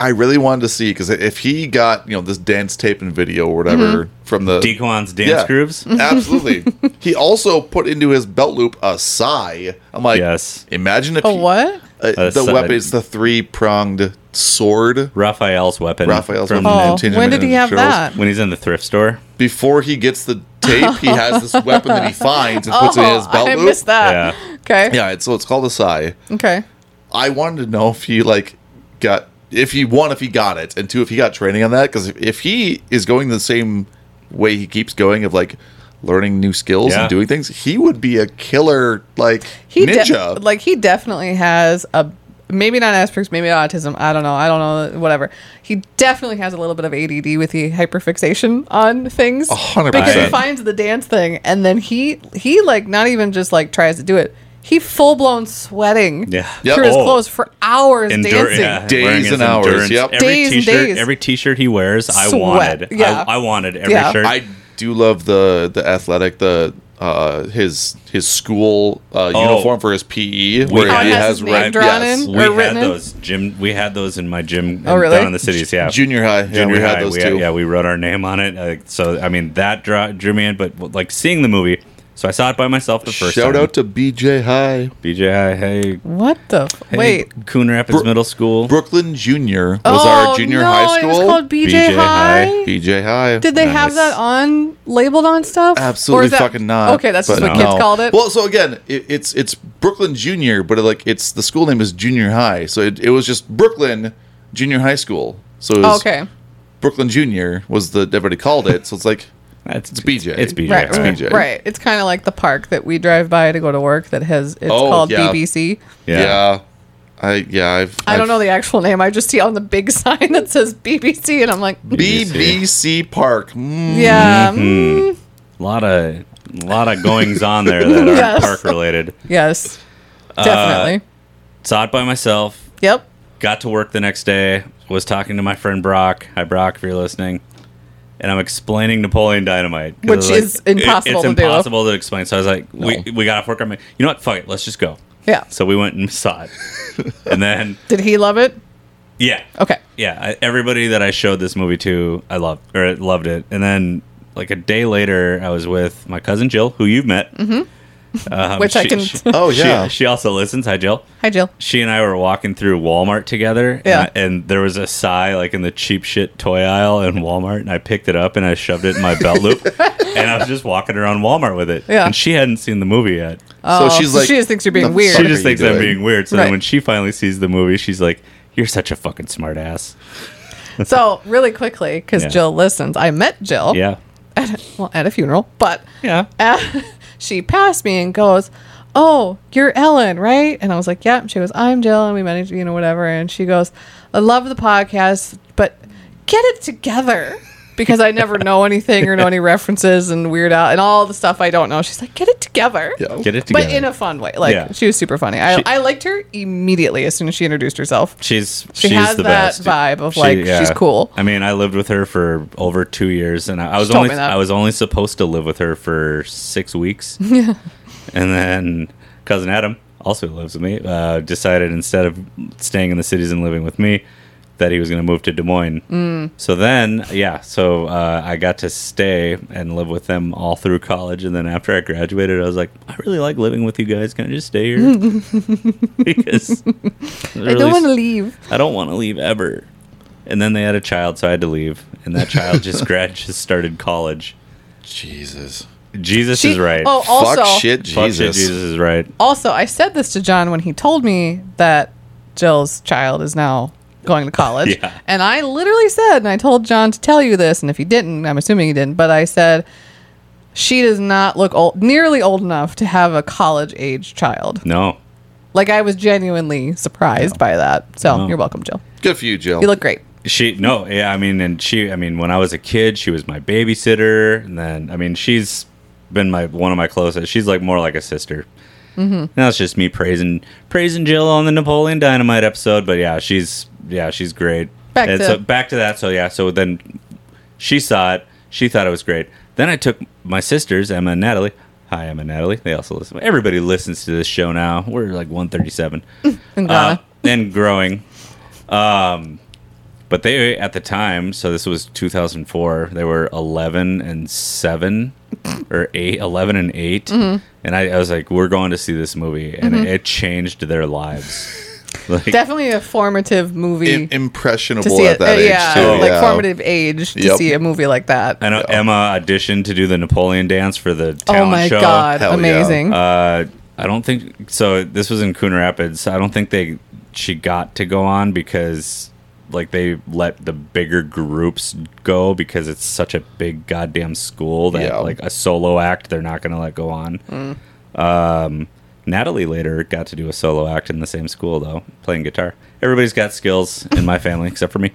I really wanted to see because if he got you know this dance tape and video or whatever
Mm-hmm.
from the
Dequan's dance
<laughs>
Yeah.
grooves. <laughs>
absolutely, he also put into his belt loop a sigh. I'm like,
Yes.
Imagine if
A
he-
what?
uh,
A
the
sigh.
weapon is the three pronged sword.
Raphael's weapon.
Raphael's
from
weapon.
Oh,
then change
when
him
did he
into
have
Charles.
that?
when he's in the thrift store.
Before he gets the tape, he has this weapon
<laughs>
that he finds and puts it in his
Oh,
belt
I
loop.
missed that.
Yeah.
Okay.
Yeah, it's, so it's called a sigh.
Okay.
I wanted to know if he like got if he one if he got it and two if he got training on that because if he is going the same way he keeps going of like learning new skills
Yeah.
and doing things he would be a killer like
he de-
ninja
like he definitely has a maybe not Asperger's, maybe autism. I don't know. I don't know. Whatever. He definitely has a little bit of ADD with the hyperfixation on things.
hundred
Because he
percent.
finds the dance thing, and then he he like not even just like tries to do it. He full blown sweating
Yeah.
Yep.
through his
Oh.
clothes for hours
Endure-
dancing.
yeah,
Days
wearing his
and hours,
endurance.
yep.
Every
Days and
t-shirt,
days.
every t-shirt he wears, I
Sweat,
wanted.
yeah.
I, I wanted every
Yeah.
shirt.
i do love the the athletic the uh his his school uh
Oh.
uniform for his pe where
Oh, it
he
has
has
his name
red
drawn
yes.
in?
we
or
had
written in?
those gym. We had those in my gym.
Oh,
in-
really?
Down in the cities, yeah.
junior high yeah
Junior
we had
high,
those
we
too
yeah, we wrote our name on it. Uh, so I mean, that draw, drew me in. But like seeing the movie, So I saw it by myself the first
Shout
time.
out to BJ High,
BJI. Hey,
What the? F-
hey,
Wait.
Coon Rapids
Bro-
Middle School.
Brooklyn Junior was our junior
Oh, no,
high
It was
school.
called BJ,
BJ
High.
High.
BJ High.
Did they have
Nice.
that on labeled on stuff? Or
Absolutely
is that-
fucking not.
Okay, that's just
But
what kids
no.
called it.
Well, so again, it, it's it's Brooklyn Junior, but it, like it's the school name is Junior High, so it, it was just Brooklyn Junior High School. So it was
okay.
Brooklyn Junior was the everybody called it. So it's like
That's
it's BJ.
It's BJ.
Right,
High.
right,
BJ.
right. It's kind of like the park that we drive by to go to work that has it's
Oh,
called
yeah.
BBC.
yeah.
<laughs> Yeah.
I yeah I've
I don't
I've-
know the actual name. I just see on the big <laughs> sign that says BBC, and I'm like,
BBC Park. Mm.
yeah, mm,
A lot of lot of goings on there
<laughs>
that are
Yes.
park related.
yes, definitely.
Saw it by myself.
Yep.
Got to work the next day. Was talking to my friend Brock. Hi, Brock, if you're listening. And I'm explaining Napoleon Dynamite, 'Cause I
Which
was
is impossible
It's
to do.
impossible to explain. So I was like, "We we got to work on it." You know what? Fuck it. Let's just go.
Yeah.
So we went and <laughs> saw it, and then
Did he love it?
yeah,
Okay.
yeah. I, everybody that I showed this movie to, I loved or loved it. And then like a day later, I was with my cousin Jill, who you've met, mm-hmm. um,
Which I can- <laughs>
Oh,
she-
<laughs> yeah.
she also listens. Hi, Jill
Hi, Jill.
she and I were walking through Walmart together. and
Yeah.
I- And, there was a sigh like in the cheap shit toy aisle in Walmart, and I picked it up and I shoved it in my belt
<laughs>
loop, and I was just walking around Walmart with it.
Yeah.
And she hadn't seen the movie yet.
So
Oh,
she's
so
like
she just thinks you're being
"The fuck
weird."
are
she just
you
thinks I'm
doing?"
being weird. So then
Right.
when she finally sees the movie, she's like, "You're such a fucking smart ass."
So really quickly, because
Yeah.
Jill listens, I met Jill.
Yeah.
Well, at a funeral, but
Yeah.
<laughs> she passed me and goes, "Oh, you're Ellen, right?" And I was like, "Yeah." And she goes, "I'm Jill," and we met, you know, whatever. And she goes, "I love the podcast, but get it together." Because I never know anything or know any references and weird out and all the stuff I don't know. She's like, get it together.
Yeah.
Get it together.
But in a fun way. Like,
Yeah.
she was super funny. I,
She-
I liked her immediately as soon as she introduced herself.
She's
She
she's
has
the
that
best.
vibe of, like, she's cool.
I mean, I lived with her for over two years, and I, I was
told
only
me that.
I was only supposed to live with her for
<laughs>
six weeks. Yeah, and then cousin Adam also lives with me. Uh, decided instead of staying in the cities and living with me, that he was going to move to Des Moines.
Mm.
So then, yeah, so uh, I got to stay and live with them all through college, and then after I graduated, I was like, I really like living with you guys. Can I just
<laughs>
stay here? <laughs> because
I don't want to leave.
I don't want to leave ever. And then they had a child, so I had to leave. And that child
<laughs>
just grad just started college.
Jesus.
Jesus is right.
Oh, also,
Fuck shit
Fuck
Jesus.
shit, Jesus is right.
Also, I said this to John when he told me that Jill's child is now going to college.
Yeah.
And I literally said, and I told John to tell you this, and if he didn't, I'm assuming he didn't, but I said, she does not look old, nearly old enough to have a college age child.
No.
Like, I was genuinely surprised by that. So,
No.
you're welcome, Jill.
Good for you, Jill.
You look great.
She no, yeah, I mean and she I mean when I was a kid, she was my babysitter and then I mean she's been my one of my closest. She's like more like a sister. Mm-hmm. Now it's just me praising praising Jill on the Napoleon Dynamite episode, but yeah, she's yeah, she's great.
Back
And
to-
so back to that. So yeah, so then she saw it. She thought it was great. Then I took my sisters, Emma and Natalie. Hi, Emma and Natalie. They also listen. Everybody listens to this show now. We're like 137
<laughs> And
uh,
Donna.
and growing. Um, but they at the time, so this was 2004. They were 11 and seven, or eight, 11 and 8
Mm-hmm.
And I, I was like, "We're going to see this movie," and it, it changed their lives.
<laughs>
Like,
Definitely a formative movie.
Im-
to
impressionable
see
at
it,
that
uh,
age
yeah,
too.
like
yeah.
formative age to
Yep.
see a movie like that.
I know Emma auditioned to do the Napoleon dance for the
Oh
talent
my
show.
god,
Hell yeah.
amazing!
Uh, I don't think so. This was in Coon Rapids. I don't think they she got to go on because like they let the bigger groups go because it's such a big goddamn school that
Yeah.
like a solo act they're not going to let go on.
Mm.
Um, Natalie later got to do a solo act in the same school though, playing guitar. Everybody's got skills in my family except for me.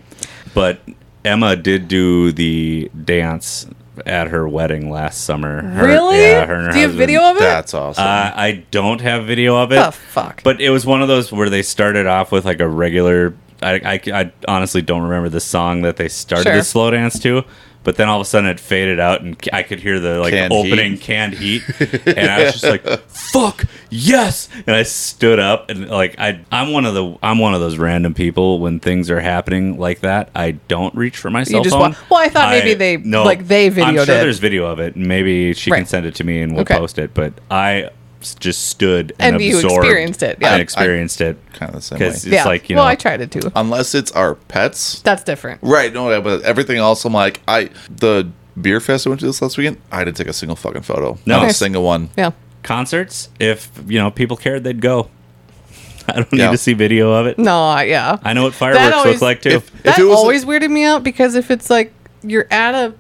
But Emma did do the dance at her wedding last summer. Her-
really?
yeah, her and her
Do you have
husband-
video of it?
That's awesome.
uh, I don't have video of it.
The Oh, fuck?
But it was one of those where they started off with like a regular I, I, I honestly don't remember the song that they started
Sure.
the slow dance to, but then all of a sudden it faded out and I could hear the like
Canned
opening
heat.
canned
<laughs>
heat, and I was just like, "Fuck yes!" And I stood up and like I I'm one of the I'm one of those random people when things are happening like that I don't reach for my cell
just
phone.
wa- well, I thought maybe they- like, they
I'm sure
videoed it.
there's video of it. and Maybe she can
Right.
send it to me and we'll
Okay.
post it. But I s- just stood and,
And you
absorbed
experienced it, yeah.
I experienced it
Kinda the same way.
because it's like you know
well, I tried it too.
Unless it's our pets.
That's different.
Right, no, but everything else, I'm like, I the beer fest I went to this last weekend, I didn't take a single fucking photo.
No.
Not
Okay.
a single one.
Yeah.
concerts if you know people cared they'd go <laughs> i don't
Yeah.
need to see video of it
No, I- yeah.
i know what fireworks
always-
look like too
If-
that
it was-
always weirded me out because if it's like you're at a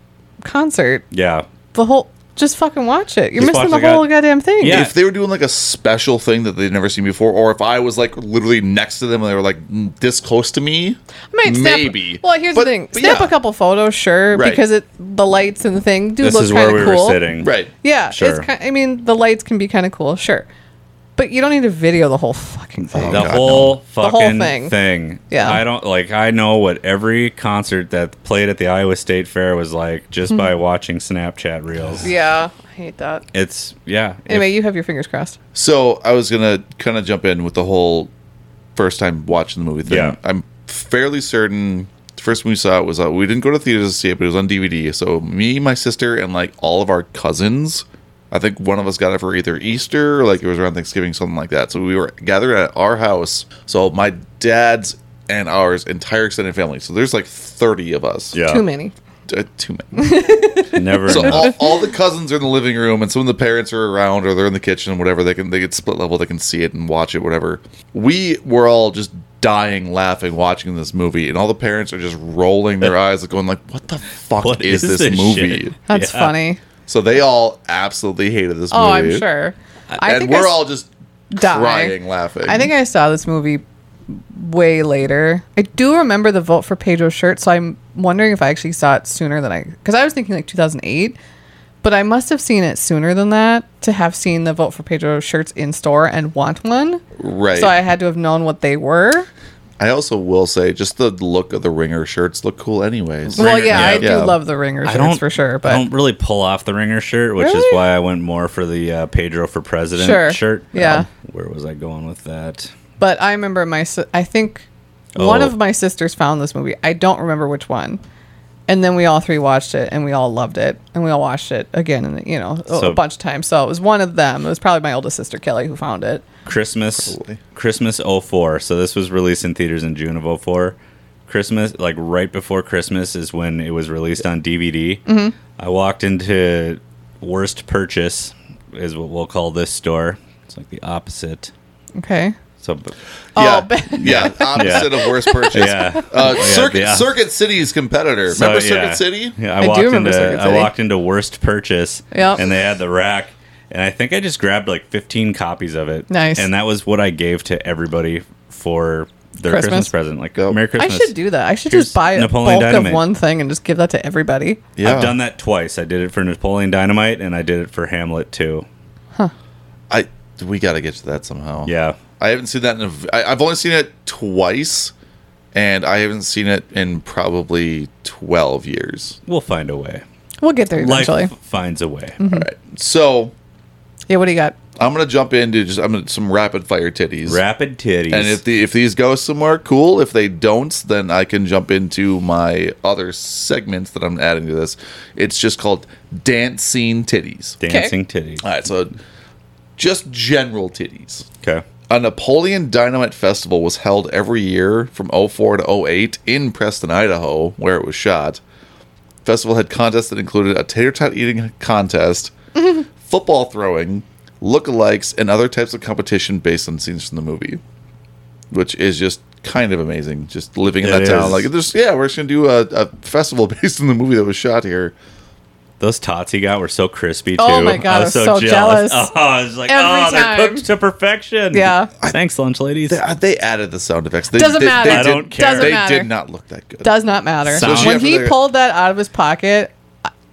concert,
yeah
the whole just fucking watch it. You're
Just
missing the
watch the
whole
guy-
goddamn thing.
Yeah.
If they were doing like a special thing that they'd never seen before, or if I was like literally next to them and they were like mm, this close to me,
might snap-
maybe.
Well, here's
But-
the thing:
but
snap
yeah.
a couple photos, sure,
Right.
because it the lights and the thing do
this
look
is where
kind
we
of cool.
were sitting
Right.
Yeah,
Sure.
it's kind, I mean, the lights can be kind of cool, sure, but you don't need to video the whole fucking thing.
the
Oh, God,
whole
whole
fucking
thing.
thing.
Yeah.
i don't like i know what every concert that played at the iowa state fair was like just by watching snapchat reels
Hmm. Yeah, I hate that.
it's yeah if-
Anyway, you have your fingers crossed.
So I was gonna kind of jump in with the whole first time watching the movie thing.
Yeah.
I'm fairly certain the first movie we saw it was uh, we didn't go to theaters to see it, but it was on DVD. So me, my sister, and like all of our cousins. I think one of us got it for either Easter, or like it was around Thanksgiving, something like that. So we were gathered at our house. So my dad's and ours entire extended family. So there's like 30 of us.
yeah
Too many.
Uh, too many.
never
So
enough.
all, all the cousins are in the living room, and some of the parents are around, or they're in the kitchen, whatever. They can they get split level, they can see it and watch it, whatever. We were all just dying laughing watching this movie, and all the parents are just rolling their eyes, like going like, "What the fuck
What
is
is
this,
this
movie?"
shit?
That's
Yeah.
funny.
So they all absolutely hated this
Oh,
movie.
I'm sure. I
and
think
we're
I s-
all just
die.
crying laughing.
I think I saw this movie way later. I do remember the vote for Pedro shirt, so I'm wondering if I actually saw it sooner than I because I was thinking like 2008, but I must have seen it sooner than that to have seen the vote for Pedro shirts in store and want one.
right.
So I had to have known what they were.
I also will say, just the look of the ringer shirts look cool, anyways.
well, yeah, I
yeah.
do
Yeah.
love the ringer
I
shirts
don't
for sure,
I
but
don't really pull off the ringer shirt, which is
Really?
why I went more for the uh, Pedro for President
Sure.
shirt.
Yeah.
Um, where was I going with that?
but I remember my si- I think one
Oh.
of my sisters found this movie. I don't remember which one. And then we all three watched it and we all loved it and we all watched it again and you know a- a
So-
bunch of times. So it was one of them. It was probably my oldest sister Kelly who found it.
Christmas
Probably.
Christmas 04. So this was released in theaters in June of 04. Christmas, like right before Christmas, is when it was released on DVD.
Mm-hmm.
I walked into Worst Purchase, is what we'll call this store. It's like the opposite.
Okay.
So, but-
<laughs>
yeah,
but-
yeah, opposite of worst purchase.
yeah.
<laughs> Uh,
Oh, Yeah,
Circuit,
yeah.
Circuit City's competitor.
So,
Remember Circuit
yeah.
City?
Yeah, I,
I do
walked
remember
into
Circuit
I
City.
walked into Worst Purchase,
Yep.
and they had the rack, and I think I just grabbed like 15 copies of it.
Nice.
and that was what I gave to everybody for their
Christmas?
Christmas, present. Like
Yep.
I
Merry Christmas.
should do that. I should
Here's
just buy a
Napoleon
bulk of
Dynamite.
one thing and just give that to everybody.
Yeah.
I've done that twice. I did it for Napoleon Dynamite, and I did it for Hamlet too.
I we got to get to that somehow.
Yeah,
I haven't seen that in. A, v- I, I've only seen it twice, and I haven't seen it in probably twelve years.
we'll find a way.
We'll get there
Life
eventually. Mm-hmm.
f- finds a way.
All right, so
Yeah, what do you got?
I'm gonna jump into just I'm gonna, some rapid fire titties.
Rapid titties.
and if the if these go somewhere cool, if they don't, then I can jump into my other segments that I'm adding to this. It's just called dancing titties.
dancing titties.
All right, so just general titties.
Okay.
A Napoleon Dynamite Festival was held every year from 04 to 08 in Preston, Idaho, where it was shot. Festival had contests that included a tater tot eating
<laughs>
contest, football throwing, lookalikes, and other types of competition based on scenes from the movie, which is just kind of amazing. Just living in
It
that town,
is.
like there's yeah, we're just gonna do a, a festival <laughs> based on the movie that was shot here.
Those tots he got were so crispy too.
Oh my God,
I was
I'm
so,
so
jealous.
jealous.
<laughs> Oh, I was like,
Every
oh,
time.
they're cooked to perfection.
Yeah.
Thanks, lunch ladies.
They, uh, they added the sound effects. They,
Doesn't
they- they
matter.
did-
I don't care.
Doesn't
They
matter.
did not look that good.
Does not matter.
Sounds-
when he
Yeah, but-
pulled that out of his pocket,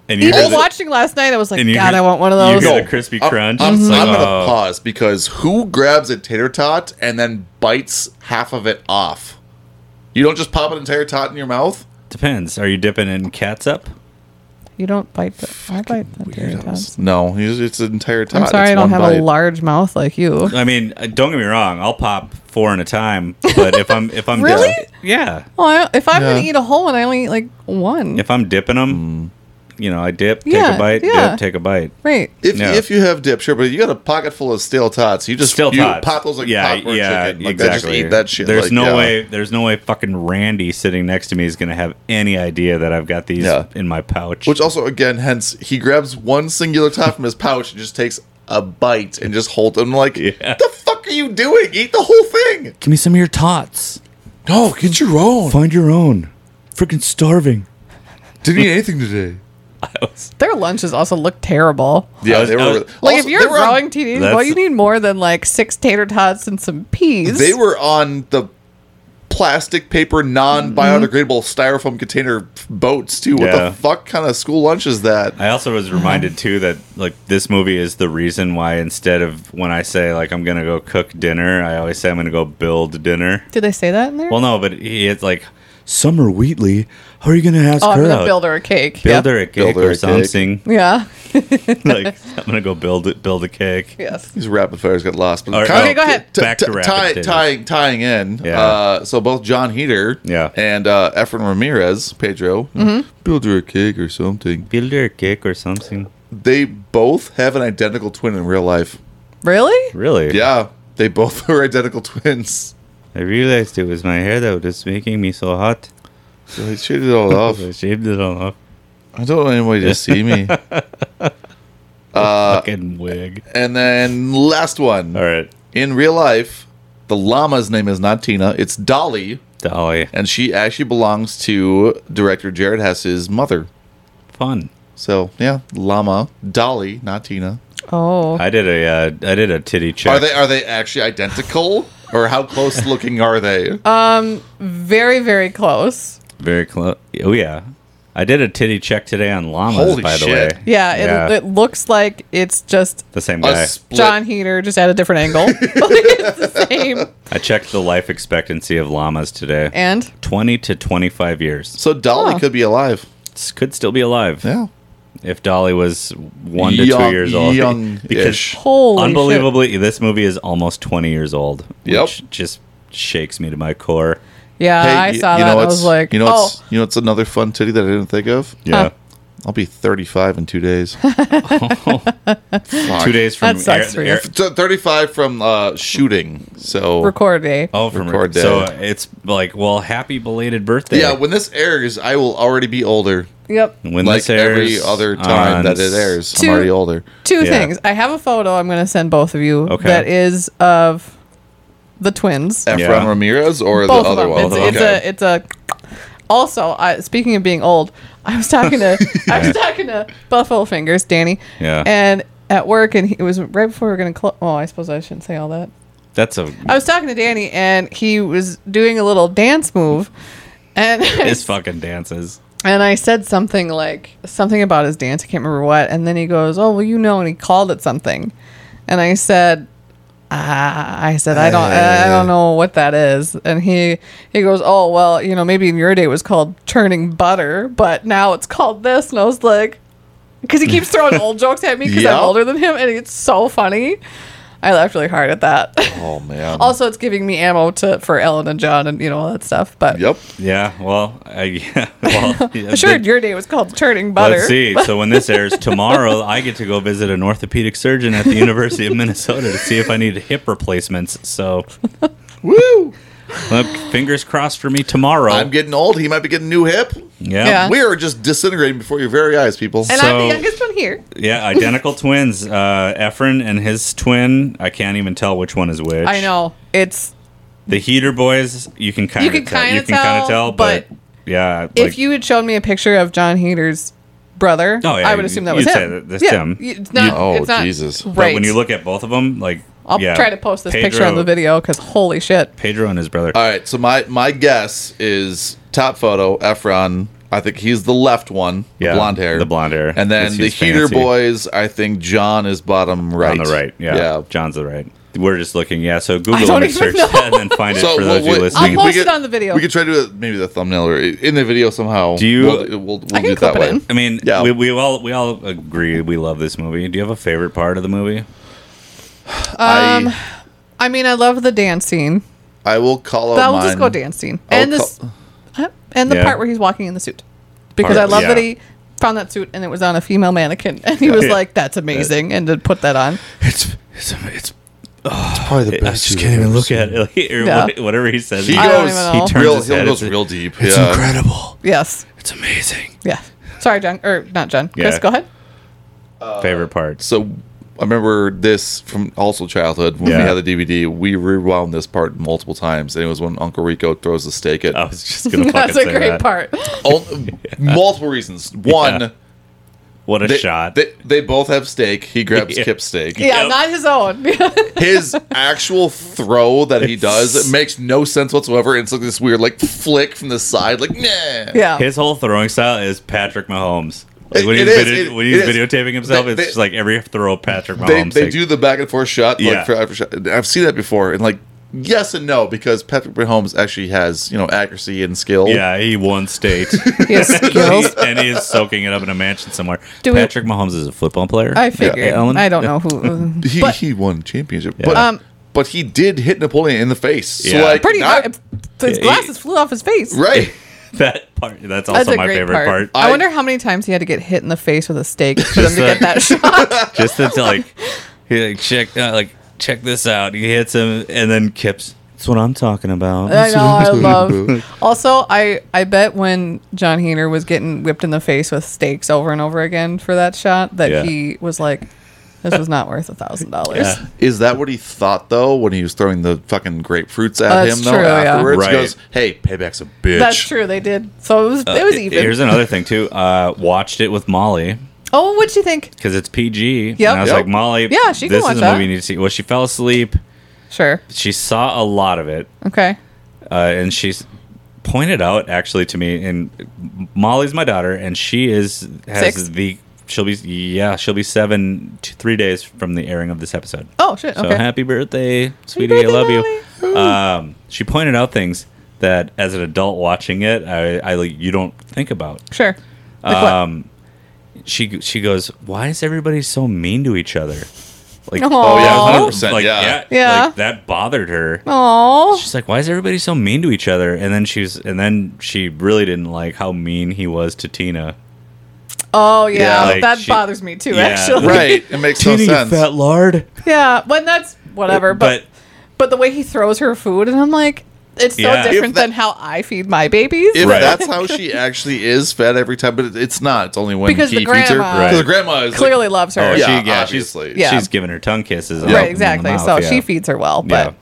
and you hear
even
the-
watching last night, I was like,
and you
God,
hear-
I want one of
you
those.
hear the crispy
I'm-
crunch.
I'm,
It's like,
I'm gonna
oh.
pause because who grabs a tater tot and then bites half of it off? You don't just pop an entire tot in your mouth.
Depends. Are you dipping in catsup?
You don't bite the. I bite the dairy tots.
No, it's it's an entire tot.
I'm sorry,
It's
I don't
one
have a
bite.
large mouth like you.
I mean, uh, don't get me wrong. I'll pop four at a time, but if I'm if
<laughs>
I'm
Really?
dip- yeah,
Well, I, if I'm
Yeah.
gonna eat a whole one, I only eat like one.
if I'm dipping
Mm.
them, you know, I dip, take
Yeah,
a bite,
yeah.
dip, take a bite.
right.
If,
Yeah.
if you have dip, sure, but you got a pocket full of stale tots. You just
Still
you
tots.
pop those like popcorn chicken. Like, that-
exactly.
Just eat that shit.
There's
like,
no
yeah.
way. There's no way. Fucking Randy sitting next to me is gonna have any idea that I've got these
Yeah.
in my pouch.
Which also, again, hence he grabs one singular tot from his pouch and just takes a bite and just holds.
<laughs>
I'm like, the fuck are you doing? Eat the whole thing.
give me some of your tots.
No, get your own.
Find your own. Freaking starving.
Didn't eat anything today.
Their lunches also look terrible.
Yeah,
I was-
they were
I was-
Like
also,
if
they
you're
were on-
growing teenage, well,
That's-
you need more than like six tater tots and some peas.
They were on the plastic paper non-biodegradable styrofoam container boats too. What
Mm-hmm. Yeah.
the fuck kind of school lunch is that?
I also was reminded too that like this movie is the reason why instead of when I say like I'm gonna go cook dinner, I always say I'm gonna go build dinner.
Did they say that in there?
Well, no, but he it's like
Summer Wheatley, how are you going to ask
oh, I'm
her
gonna
out?
build her a cake.
build her a cake
Build her
or
a cake.
something.
Yeah.
like I'm gonna go build it, build a cake.
yeah. Yes.
These rapid fires got lost. But
All right,
kind
okay,
of
go ahead.
t-
Back
t-
to rapid
tie-
fires.
tying tying in.
Yeah.
Uh, so both John Heater
Yeah.
and uh, Efren Ramirez, Pedro,
Mm-hmm.
build her a cake or something.
Build her a cake or something.
They both have an identical twin in real life.
Really?
Really?
Yeah, they both <laughs> are identical twins.
I realized it was my hair that was making me so hot.
So they shaded it <laughs> all off.
I shaved it
Uh.
all off.
I don't want anybody to see
<laughs>
me.
Fucking wig.
And then last one.
All right,
In real life, the llama's name is not Tina, it's Dolly,
Dolly.
and she actually belongs to director Jared Hess's mother.
Fun.
So, yeah, llama, Dolly, not Tina.
Oh.
<laughs> I did a uh, I did a titty check.
Are they are they actually identical or how close looking are they?
Uh, Very, very close.
Very close. Oh yeah, I did a titty check today on llamas.
Holy
by the
shit.
way,
Yeah. It, it looks like it's just
the same
A
guy.
split-
John Heater, just at a different
<laughs>
angle. <laughs> Like, it's the same.
I checked the life expectancy of llamas today.
And
Twenty to twenty-five years.
So Dolly
Huh.
could be alive.
S- Could still be alive
Yeah.
if Dolly was one to
Young-
two years old.
young-ish.
because
holy shit.
unbelievably, this movie is almost twenty years old.
Yep.
which just shakes me to my core.
Yeah,
Hey,
Uh, I
y-
saw that. and I
what's-
was like,
you know
oh,
what's, you know what's another fun titty that I didn't think of?
Yeah.
I'll be 35 in
<laughs>
2 days. <laughs> Fuck.
Two days from
That sucks
air-
for you.
air-
So 35 from uh, shooting. So
record day.
Oh, from
Record day.
so it's like, well, happy belated birthday.
Yeah, when this airs, I will already be older.
Yep.
when
like
this airs
every other time
on
that it airs,
Two-
I'm already older.
Two
Yeah.
things. I have a photo I'm going to send both of you
Okay.
that is of the twins.
Efron
Yeah.
Ramirez or
both
the
of
other
them.
one?
It's, it's a. It's a. Also, I, speaking of being old, <laughs> I was talking
<laughs>
to I was talking to Buffalo Fingers, Danny.
Yeah.
And at work, and he, it was right before we were going to close. Oh, I suppose I shouldn't say all that.
That's a
I was talking to Danny, and he was doing a little dance move, and <laughs>
his fucking dances.
and I said something like something about his dance. I can't remember what. And then he goes, "Oh, well, you know," and he called it something. And I said, ah, "I said I don't, I don't know what that is." And he he goes, "Oh, well, you know, maybe in your day it was called churning butter, but now it's called this." And I was like, because he keeps throwing old jokes at me because
Yeah.
I'm older than him, and it's so funny. I laughed really hard at that. <laughs>
Oh man.
also, it's giving me ammo to for Ellen and John and you know all that stuff. But
yep.
Yeah, well, I, <laughs> yeah,
<laughs>
well, yeah,
sure,
but-
your day was called churning butter.
Let's see. So when
<laughs>
this airs tomorrow, I get to go visit an orthopedic surgeon at the University of Minnesota to see if I need hip replacements.
<laughs>
So,
Woo!
look, fingers crossed for me tomorrow.
I'm getting old. He might be getting a new hip.
yeah,
Yeah.
We are just disintegrating before your very eyes, people.
And I'm
So-
the youngest one here.
yeah, identical twins, uh, Efren and his twin. I can't even tell which one is which.
I know it's
the heater boys. You can kind
You
of
can
tell. You
kinda
can kind of
tell,
tell, but,
but
yeah,
if you had shown me a picture of John Hader's brother,
Oh, yeah,
I would
you-
assume that
you'd
was
say
him.
that that's him.
y- It's not,
You- Oh,
it's not
Jesus. But
But
Right.
when you look at both of them, like
I'll
yeah,
try to post this picture on the
Pedro-
video because holy shit.
Pedro and his brother.
All right. So my my guess is top photo Efron. I think he's the left one, the
Yeah,
blonde hair,
the blonde hair.
and then
Yes,
the
he's
heater
fancy.
boys. I think John is bottom right,
on the right. Yeah,
yeah.
John's the right. We're just looking, yeah. So Google
don't
image
even
search
know.
that <laughs> and then find it
So
for those of
what-
you
I'll
listening.
post it on the video.
We could try to do it, maybe the thumbnail or in the video somehow.
Do you-
We'll, we'll, we'll
I can
do it that
clip it
way.
in.
I mean,
Yeah.
we, we all we all agree we love this movie. Do you have a favorite part of the movie?
Um,
I
I mean, I love the dance scene.
I will call
But
out
I'll
mine.
just go dance scene
I'll
and this
call-
huh? and the
Yeah.
part where he's walking in the suit because
Part-
I love that
yeah.
he found that suit and it was on a female mannequin <laughs> and he was
Yeah.
like, "That's amazing," and to put that on.
It's it's it's
Probably the
I just can't even look at it. Like, <laughs> or
Yeah.
what- Whatever he says,
He
I don't
goes.
even
He
know.
turns real,
his
he
head.
goes
It's-
real deep.
it's
yeah.
incredible.
Yes,
It's amazing.
yeah. Sorry, John or not John. Chris,
Yeah.
go ahead.
favorite parts.
So I remember this from also childhood when
Yeah.
we had the DVD. We rewound this part multiple times, and it was when Uncle Rico throws the steak at
I was
<laughs>
just gonna fucking
That's a
say
great
that.
part.
<laughs> all, multiple reasons.
<laughs>
One,
Yeah. What a
they,
shot!
They, they both have steak. He
<laughs>
grabs
Yeah.
Kip's steak.
Yeah,
Yep.
not his own. <laughs>
His actual throw that he does it makes no sense whatsoever. It's like this weird like flick from the side, like nah.
yeah,
His whole throwing style is Patrick Mahomes. Like when
It-
he's,
it is,
video-
it-
when he's
it is.
videotaping himself,
They-
it's
they-
just like every throw Patrick
They,
Mahomes.
they
takes.
do the back and forth shot. Like,
Oh, Yeah.
for after shot. I've seen that before, and like yes and no because Patrick Mahomes actually has you know accuracy and skill.
Yeah, he won state, <laughs>
he has skills.
and he is soaking it up in a mansion somewhere.
Do we-
Patrick Mahomes is a football player.
I figured.
Ellen?
I don't know who. uh,
he
But-
he won championship, but
Um,
but he did hit Napoleon in the face. So
Yeah.
like
Pretty
not-
much, his
Yeah,
glasses flew off his face.
right.
<laughs> that part. That's also
That's a
my
great
favorite
part.
part.
I,
I-
wonder how many times he had to get hit in the face with a stake for them
Just
to get
that- <laughs>
that <laughs> shot.
Just to like, he like check uh, like check this out. He hits him, and then Kips. That's what I'm talking about.
I know,
<laughs>
I love. Also, I I bet when John Heener was getting whipped in the face with stakes over and over again for that shot, that
Yeah.
he was like, "This was not worth a thousand dollars."
Yeah.
Is that what he thought though when he was throwing the fucking grapefruits at
That's
him though
true, yeah.
afterwards?
Right.
He goes, "Hey, payback's a
<laughs>
bitch."
That's true. They did. So it was it was even.
Uh, Here's another thing too. Uh, watched it with Molly
oh, what'd you think?
because it's PG.
Yep.
And I was
Yep.
like, Molly,
Yeah, she can
this
watch
is a
that.
movie you need to see. Well, she fell asleep.
Sure.
She saw a lot of it,
Okay.
uh, and she's pointed out actually to me. And Molly's my daughter, and she is has
Six?
the she'll be yeah she'll be seven t- three days from the airing of this episode.
Oh shit.
So
Okay.
happy birthday, sweetie!
birthday,
I love you. Um, she pointed out things that as an adult watching it, I, I like you don't think about.
Sure. Like what?
Um, she she goes, why is everybody so mean to each other? Like,
Aw.
Oh yeah,
Aw.
hundred percent.
like,
Yeah.
Yeah.
like, that bothered her.
Aw.
She's like, why is everybody so mean to each other? And then she's and then she really didn't like how mean he was to Tina.
Oh yeah.
Yeah,
like
that
she-
bothers me too.
Yeah.
Actually.
right. <laughs> It makes no
Teeny
sense.
fat lard.
<laughs> Yeah. But that's whatever. But,
But
but the way he throws her food, and I'm like, it's so
Yeah. If
different
that-
than how I feed my babies.
If
Right.
that's how she actually is fed every time, but it- it's not. It's only when
Because
he
the
feeds her.
grandma-
Because the grandma is like-
Clearly loves her.
oh,
Yeah,
she, yeah she's
obviously.
Yeah.
she's giving her tongue kisses. all up
Right,
in the
exactly.
mouth,
so
yeah.
she feeds her well,
Yeah.
but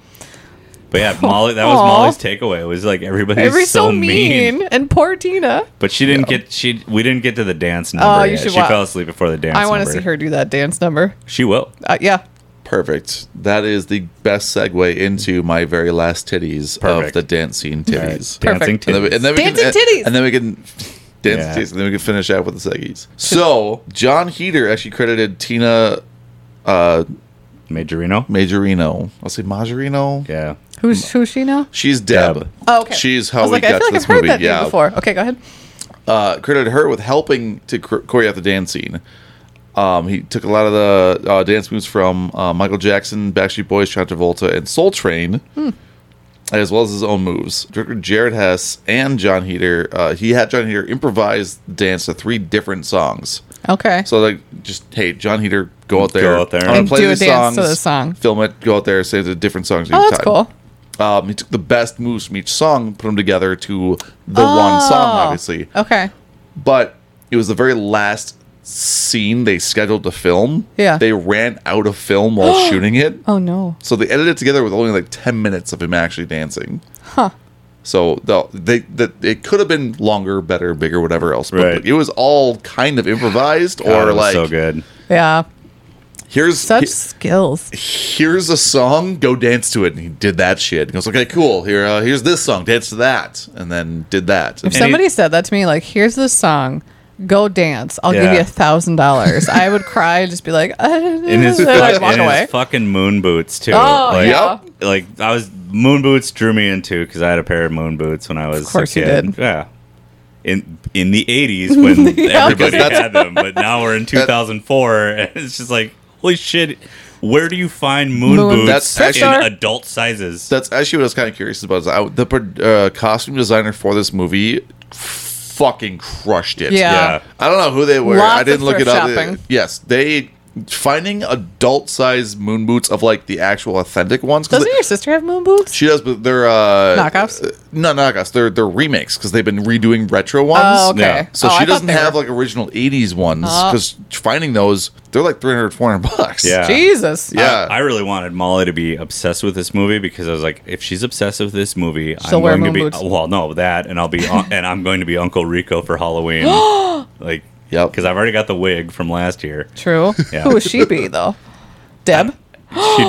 But yeah, Molly. That was
Aw.
Molly's takeaway. It was like everybody's
everybody's
so, mean.
And poor Tina.
But she didn't get she. We didn't get to the dance number.
Oh, you
yet.
should
She
wa-
fell asleep before the dance.
I want to
number.
see her do that dance number.
She will.
Uh, yeah.
perfect. That is the best segue into my very last titties of
Perfect.
the dance scene titties.
Dancing
Perfect.
And then, we-
titties.
and then we
Dancing
can,
titties.
And then we can <laughs> dance
Yeah.
titties, and then we can finish out with the seggies. So John Heater actually credited Tina uh,
Majorino.
Majorino. I'll say Majorino.
Yeah.
Who's who's she now?
She's Deb.
Deb.
Oh, okay.
She's
I
how
was
we
like, I
got
feel
to
like
this
I've heard
movie.
that
yeah,
name before. Okay, go ahead.
uh, credited her with helping to cr- choreograph the dance scene. Um, he took a lot of the uh, dance moves from uh, Michael Jackson, Backstreet Boys, John Travolta, and Soul Train,
Hmm.
as well as his own moves. Director Jared Hess and John Heater, uh, he had John Heater improvise dance to three different songs.
Okay.
So like, just hey, John Heater, go out there,
Go out there.
I'm gonna
And
play
do a
these
dance
songs,
to the song.
film it, go out there, say the different songs.
oh,
each
that's
time.
cool.
Um, he took the best moves from each song, put them together to the one
Oh,
song, obviously
Okay.
but it was the very last scene they scheduled to film.
Yeah.
They ran out of
<gasps>
film while shooting it.
Oh no.
So they edited it together with only like 10 minutes of him actually dancing. Huh. So the, they the, it could have been longer, better, bigger, whatever else. But
Right.
it was all kind of improvised
God, it
or
was
like
so good.
Yeah.
here's
Such
he-
skills.
here's a song, go dance to it. And he did that shit. He goes, okay, cool. Here uh, here's this song, dance to that, and then did that.
If
And
somebody said that to me, like, here's this song. go dance. I'll give
Yeah.
you a thousand dollars. I would cry and just be like, <laughs>
in his,
and I'd
fuck-
walk
in
away.
his fucking moon boots too.
Oh,
like,
yeah.
like I was moon boots drew me into because I had a pair of moon boots when I was
course
a
you
kid.
did.
Yeah. In in
<laughs>
the eighties when
Yeah.
everybody
Because
had them, but now we're in two thousand four <laughs> and it's just like holy shit, where do you find moon,
Moon
boots
That's
in
actually-
adult sizes?
That's actually what I was kind of curious about. Is I, the pro- uh, costume designer for this movie fucking crushed it.
Yeah.
I don't know who they were.
Lots
I didn't
of
look it
thrift
up.
shopping.
Yes, they finding adult size moon boots of like the actual authentic ones. 'cause
Doesn't
they-
your sister have moon boots?
she does, but they're uh,
Knockoffs?
uh, No, knockoffs. They're they're remakes because they've been redoing retro ones.
Oh, okay.
Yeah.
So
Oh, I
she
thought
doesn't
they were- Oh.
have like original 80s ones because finding those, they're like 300, 400 bucks.
Yeah.
Jesus.
Yeah.
I, I really wanted Molly to be obsessed with this movie because I was like, if she's obsessed with this movie,
She'll
I'm
wear
going to
moon
be
boots.
well, no, that, and
<laughs>
I'll be and I'm going to be Uncle Rico
<gasps>
for Halloween, like,
Yep.
because I've already got the wig from last year.
True.
<laughs> Yeah. Uh,
Who would she be though? Deb.
She'd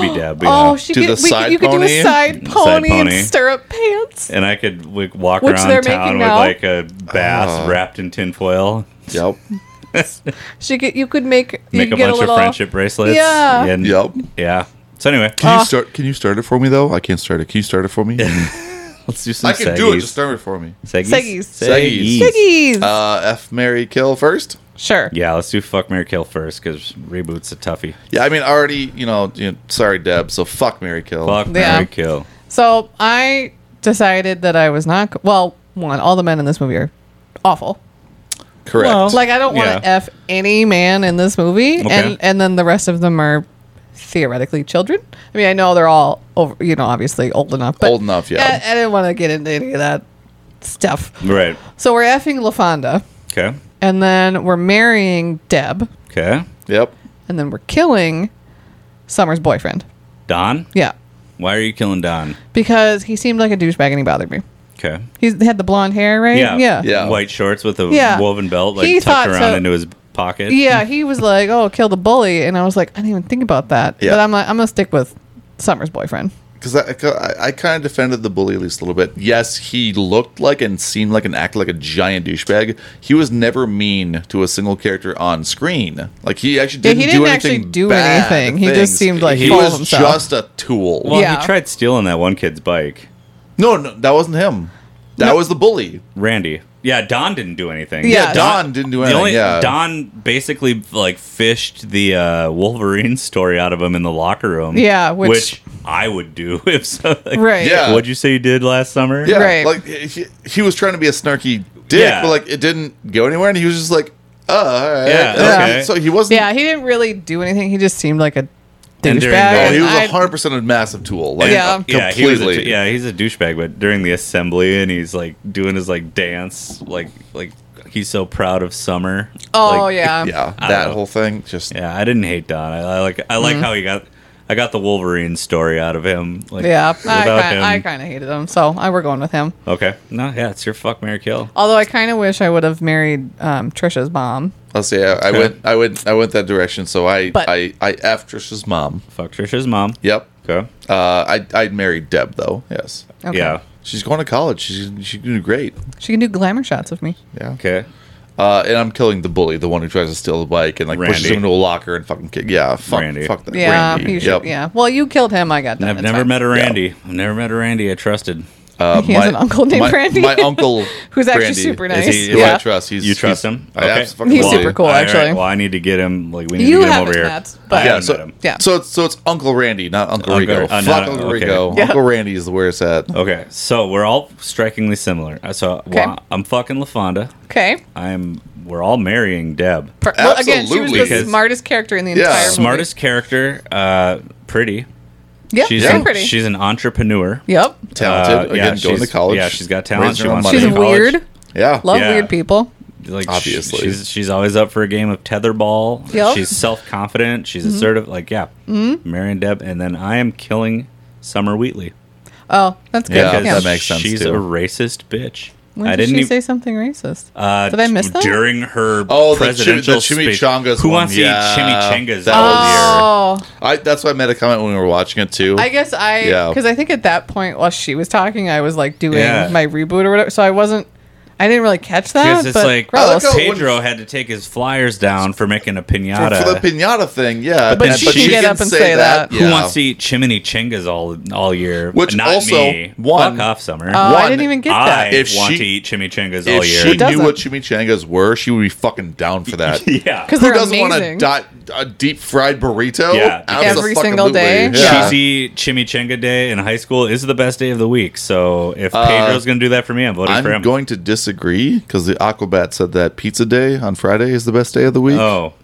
<gasps>
be Deb, yeah.
Oh, she
Do
could. We
the
could
side
you could do
pony?
a side
Side
pony,
pony.
and stirrup pants.
and I could like, walk
Which they're
around town
making
with
now.
like a
Uh.
bath wrapped in tinfoil,
Yep.
She could. You could make. You
make
could
a
get
bunch
a little,
of friendship bracelets.
Yeah. Uh.
and-
Yep.
yeah. So anyway,
Ah.
Can you start? Can you start it for me though? I can't start it. Can you start it for <laughs> me?
let's do some.
I can do it.
seggies.
Just start it for me.
seggies.
Seggies.
Seggies.
Piggies.
Uh, F Mary Kill first.
sure.
Yeah, let's do fuck Mary Kill first because reboot's a toughie.
Yeah, I mean already, you know, you know, sorry Deb. So fuck Mary Kill.
Fuck
Yeah.
Mary Kill.
So I decided that I was not. Well, one, all the men in this movie are awful.
Correct.
Like I don't want to
Yeah.
f any man in this movie,
Okay.
and and then the rest of them are theoretically children. I mean, I know they're all over, you know, obviously old enough, but
Old enough, yeah.
I, I didn't want to get into any of that stuff.
Right.
So we're effing LaFonda,
Okay.
and then we're marrying Deb,
Okay.
yep.
and then we're killing Summer's boyfriend.
Don?
Yeah,
Why are you killing Don?
because he seemed like a douchebag and he bothered me.
Okay.
He's, he had the blonde hair, right?
Yeah.
yeah,
Yeah.
White shorts with a
Yeah.
woven belt like
He
tucked
thought
around
so.
into his pocket.
Yeah, he was like, "Oh, kill the bully," and I was like, "I didn't even think about that."
Yeah.
But I'm like, I'm gonna stick with Summer's boyfriend.
Because I, 'cause I, I kind of defended the bully at least a little bit. Yes, he looked like and seemed like and acted like a giant douchebag. He was never mean to a single character on screen. Like he actually
Yeah,
didn't,
he
do
didn't
anything.
actually do
bad
anything. He just
things.
seemed like
he
full of
was
himself.
just a tool.
Well,
Yeah.
he tried stealing that one kid's bike.
no, no, that wasn't him. That was the bully.
Randy. Yeah, Don didn't do anything.
Yeah, Yeah,
Don didn't do anything,
The only,
yeah.
Don basically like fished the uh, Wolverine <laughs> story out of him in the locker room.
Yeah, which-
which, I would do <laughs> if so. like,
Right.
Yeah.
What'd you say you did last summer?
Yeah,
Right.
like he, he was trying to be a snarky dick,
Yeah.
but like it didn't go anywhere, and he was just like, "Uh, all right."
Yeah,
Uh,
okay.
So he wasn't.
Yeah, he didn't really do anything. He just seemed like a
And during
douchebag.
that-
oh, he
and
was
I-
hundred percent a massive tool. Like,
Yeah.
Yeah, he was a,
uh, completely.
yeah, he's a douchebag. But during the assembly, and he's like doing his like dance, like like he's so proud of summer.
oh
Like,
yeah.
yeah,
I
that
don't know.
whole thing just
yeah. I didn't hate Don. I, I like I
Mm-hmm.
like how he got. I got the Wolverine story out of him. Like,
Yeah,
<laughs> without
I,
him.
kinda, I kind of hated him, so I were going with him.
Okay. No, yeah, it's your fuck Mary Kill.
Although I kind of wish I would have married um, Trisha's mom.
Let's see. I, I went. I went. I went that direction. So I.
But-
I. I F Trish's mom.
Fuck Trisha's mom.
Yep.
Okay.
Uh, I. I married Deb though. Yes.
Okay.
Yeah.
She's going to college. She's she's doing great.
She can do glamour shots of me.
Yeah.
Okay.
Uh, and I'm killing the bully, the one who tries to steal the bike and like pushes
Randy.
him into a locker and fucking kick. Yeah. Fuck.
Randy.
Fuck that.
Yeah,
Randy.
you should- yeah. Well, you killed him. I got done.
I've
it's
never
fine.
met a Randy. I've never met a Randy I trusted.
Uh,
He has an uncle named
my,
Randy.
My uncle,
<laughs> Who's actually
Randy,
super
is
nice.
he- who
Yeah.
I trust. He's,
you trust
he's-
him?
I absolutely
He's
love
super
him.
cool,
All right,
actually.
well, I need to get him. Like we need
You
to get him
haven't
over here.
met, but-
I
Yeah,
haven't
so,
met him.
Yeah.
so it's so it's Uncle Randy, not Uncle,
Uncle-
Rico.
uh,
Fuck
not-
Uncle
okay. Oh, uh,
Rico.
Yeah.
Uncle Randy is where it's at.
Okay. So we're all strikingly similar. Uh, So well, I'm fucking LaFonda.
Okay.
I'm. We're all marrying Deb.
For- well, again, she was
Absolutely.
the
Because-
smartest character in the
Yeah.
entire movie.
Smartest character. Uh, pretty.
Yeah,
She's
she's
an-
pretty.
She's an entrepreneur.
yep.
Talented.
Uh, yeah,
Again, going to
she's-
college.
yeah, she's got talent.
raising
She
her own
wants to
money.
She's
in college.
weird.
Yeah.
Love
Yeah.
weird people.
like
Obviously.
obviously she's she's always up for a game of tetherball
Yep.
she's self-confident she's
Mm-hmm.
assertive like yeah marion deb and then i am killing summer wheatley
Oh, that's good.
Yeah,
Yeah,
that makes sense,
she's
too.
a racist bitch
When
i
did
didn't e-
she
even
say something racist?
uh,
did I miss that?
during her
Oh,
oh
the chimi- the
presidential speech?
chimichangas
who
one,
wants
yeah.
to eat chimichangas
That
all
oh,
year
I, that's why I made a comment when we were watching it too.
I guess I
Yeah.
because I think at that point while she was talking, I was like doing
Yeah.
my reboot or whatever, so I wasn't. I didn't really catch that.
Because it's
but
like
gross.
I like how-
Pedro had to take his flyers down for making a pinata.
For the pinata thing, yeah.
But she can
get up and say that.
Who wants to eat chimichangas all all year?
Which
Not
also,
me.
one-
Fuck off, summer.
Oh, I
One,
didn't even get
I
that.
if
want
she-
to eat chimichangas all
If
year.
she knew
doesn't?
what chimichangas were, she would be fucking down
<laughs>
for that.
<laughs> yeah.
Because
Who
they're
doesn't want a,
amazing.
di- a deep fried burrito?
Yeah.
Every single day?
Absolutely.
Yeah.
Cheesy chimichanga day in high school is the best day of the week. So if Pedro's going to do that for me, I'm voting for
Uh, I'm
him.
going to disagree because the Aquabat said that pizza day on Friday is the best day of the week.
oh.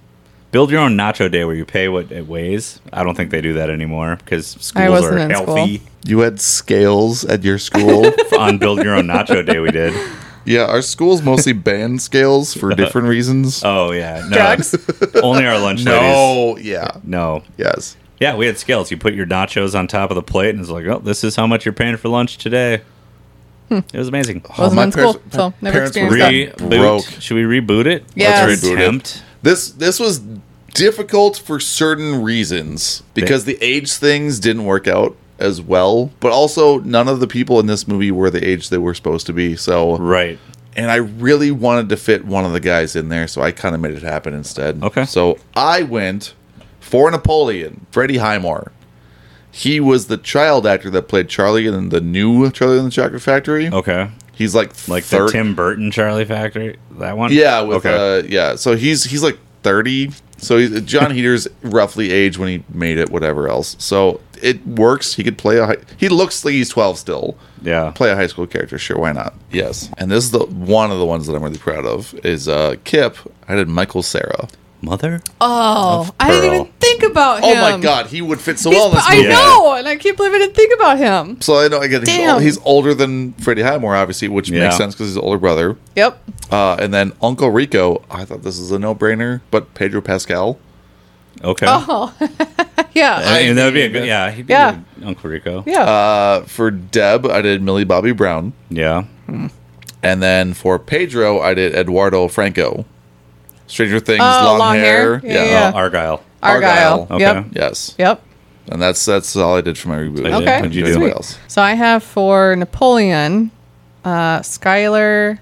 Build your own nacho day where you pay what it weighs. I don't think they do that anymore because
I
schools
wasn't
are
in school.
healthy.
You had scales at your school. <laughs>
On Build Your Own Nacho Day, we did.
yeah, our schools mostly banned scales for different reasons.
Oh, yeah. No.
Drugs?
Only our lunch ladies.
no, yeah,
No.
yes.
Yeah, we had scales. You put your nachos on top of the plate, and it's like, oh, this is how much you're paying for lunch today. It was amazing.
Hmm. Wasn't in
parents-
school, so
Oh, my
never
parents were
experienced
really
that.
Reboot.
Oh, broke.
Should we reboot it?
Yes.
Or
Let's
reboot it.
attempt?
This this was difficult for certain reasons because the age things didn't work out as well, but also none of the people in this movie were the age they were supposed to be. So,
Right.
and I really wanted to fit one of the guys in there, so I kind of made it happen instead.
Okay.
So I went for Napoleon, Freddie Highmore. He was the child actor that played Charlie in the new Charlie and the Chocolate Factory.
Okay.
He's like
Oh, Like the
thirty-
Tim Burton Charlie Factory? That one?
yeah, with
okay.
uh, yeah. So he's he's like thirty. So he's, John Heater's <laughs> roughly age when he made it. Whatever else. So it works. He could play a. High, he looks like he's twelve still.
yeah.
Play a high school character. Sure, why not? Yes. And this is the one of the ones that I'm really proud of is uh, Kip. I did Michael Sarah.
Mother?
Oh, I didn't even
Pearl.
think about him.
Oh my god, he would fit so
He's-
well in this
I
movie.
know, and I can't believe I didn't think about him.
So I know again he's,
Damn.
ol- he's older than Freddie Highmore, obviously, which
Yeah.
makes sense because he's an older brother.
Yep.
Uh, and then Uncle Rico, I thought this was a no-brainer, but Pedro Pascal.
Okay.
Oh, <laughs> yeah,
I mean, that would be a
I-
good, yeah. He'd be
Yeah.
a- Uncle Rico.
yeah.
Uh, for Deb, I did Millie Bobby Brown,
Yeah.
and then for Pedro, I did Eduardo Franco. Stranger Things,
Oh,
long,
long
hair,
hair. Yeah, yeah.
Oh, Argyle.
Argyle.
Argyle.
Yep.
Okay.
yes,
Yep.
and that's that's all I did for my reboot.
I did.
Okay.
What'd you
Anybody
Sweet.
do?
else?
So I have for Napoleon, uh, Skylar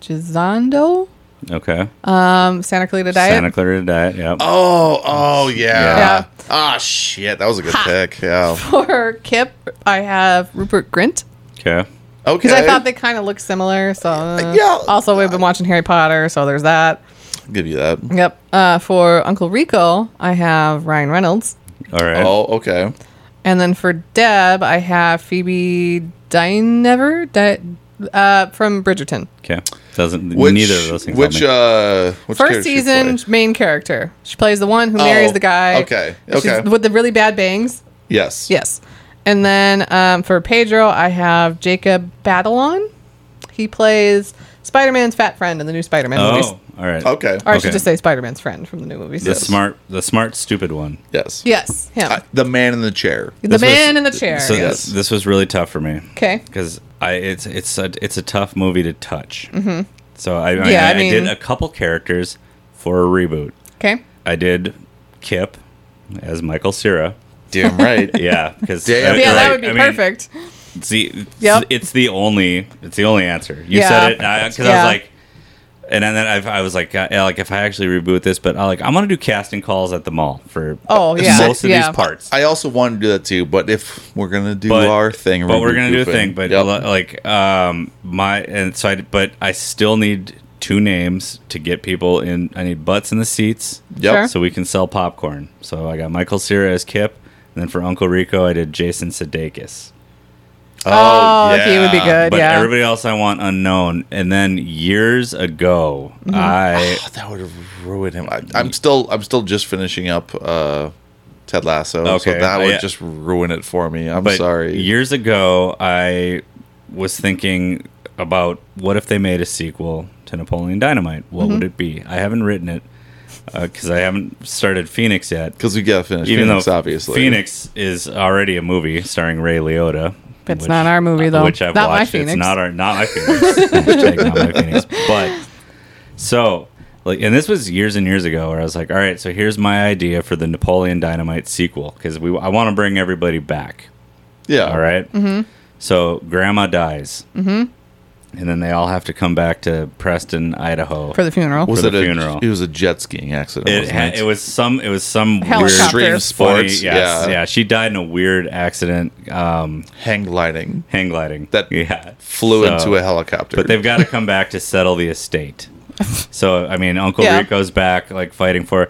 Gisondo,
Okay.
um, Santa Clarita Diet.
Santa Clarita Diet. Yeah.
Oh, oh yeah.
Yeah.
Ah, shit, that was a good pick. Yeah.
for Kip, I have Rupert Grint
Okay.
Okay.
because I thought they kind of look similar. So uh,
yeah.
Also, we've been watching Harry Potter, so there's that.
give you that.
Yep. Uh, for Uncle Rico, I have Ryan Reynolds,
All right.
Oh, okay.
and then for Deb, I have Phoebe Dynever Di- uh, from Bridgerton.
Okay. Doesn't
Which,
neither of those things.
Which
help
uh, which
First
character she
season
played?
main character. She plays the one who marries the guy.
okay,
She's
okay.
with the really bad bangs.
Yes.
Yes. And then um, for Pedro, I have Jacob Batalon. He plays Spider Man's fat friend in the new Spider Man movies.
oh, all right.
uh, Okay.
Or I
okay.
should just say Spider Man's friend from the new movies.
The smart, the smart, stupid one.
Yes.
Yes, him.
I- the man in the chair.
the
This was-
man in the chair.
So
yes.
this, this was really tough for me
Okay.
because I it's it's a it's a tough movie to touch. Mm-hmm. So I I,
Yeah, I
I did
mean-
a couple characters for a reboot.
Okay.
I did Kip as Michael Cera.
<laughs>
<laughs>
Damn right.
Yeah, because
Damn
Yeah, that
Right,
would be perfect.
It's the it's,
Yep.
it's the only it's the only answer. You
Yeah.
said it because I
Yeah.
was like, and then I've, I was like, uh, yeah, like if I actually reboot this, but I like I'm gonna do casting calls at the mall for
Oh, yeah.
most of
Yeah.
these parts.
I also want to do that too, but if we're gonna do
but,
our thing,
but we're
gonna
gonna
be
do a
goofing.
thing. But
Yep.
li- like um my and so I but I still need two names to get people in. I need butts in the seats.
Yep.
Sure.
So we can sell popcorn. So I got Michael Cera as Kip, and then for Uncle Rico, I did Jason Sudeikis.
Oh, he would be good.
but
yeah.
everybody else I want unknown. And then years ago, I
Oh, that would have ruined him. I, I'm still, I'm still just finishing up uh, Ted Lasso, so
Okay.
that
Oh,
would
yeah.
just ruin it for me. I'm
but
sorry.
years ago I was thinking about what if they made a sequel to Napoleon Dynamite? What would it be? I haven't written it because I haven't started Phoenix yet.
because we gotta finish
Even
Phoenix,
though
obviously.
Phoenix is already a movie starring Ray Liotta.
It's
which-
not our movie, though.
Which I've
Not my
watched.
Phoenix.
It's not our not my Phoenix. <laughs> Hashtag not my Phoenix. But so like and this was years and years ago where I was like, all right, so here's my idea for the Napoleon Dynamite sequel because we I want to bring everybody back.
Yeah.
All right? So grandma dies. Mm-hmm. and then they all have to come back to Preston, Idaho.
for the funeral.
Was
For
it
the
a
funeral.
it was a jet skiing accident?
it,
wasn't
ha- it was some. It was some
Helicopter.
weird.
extreme
Funny,
Funny,
sports.
yes,
yeah.
yeah, She died in a weird accident, um,
hang gliding
hang gliding.
That
yeah,
flew
So-
into a helicopter.
But they've got to come back to settle the
<laughs>
estate. So I mean, Uncle
Yeah.
Rico's back, like fighting for.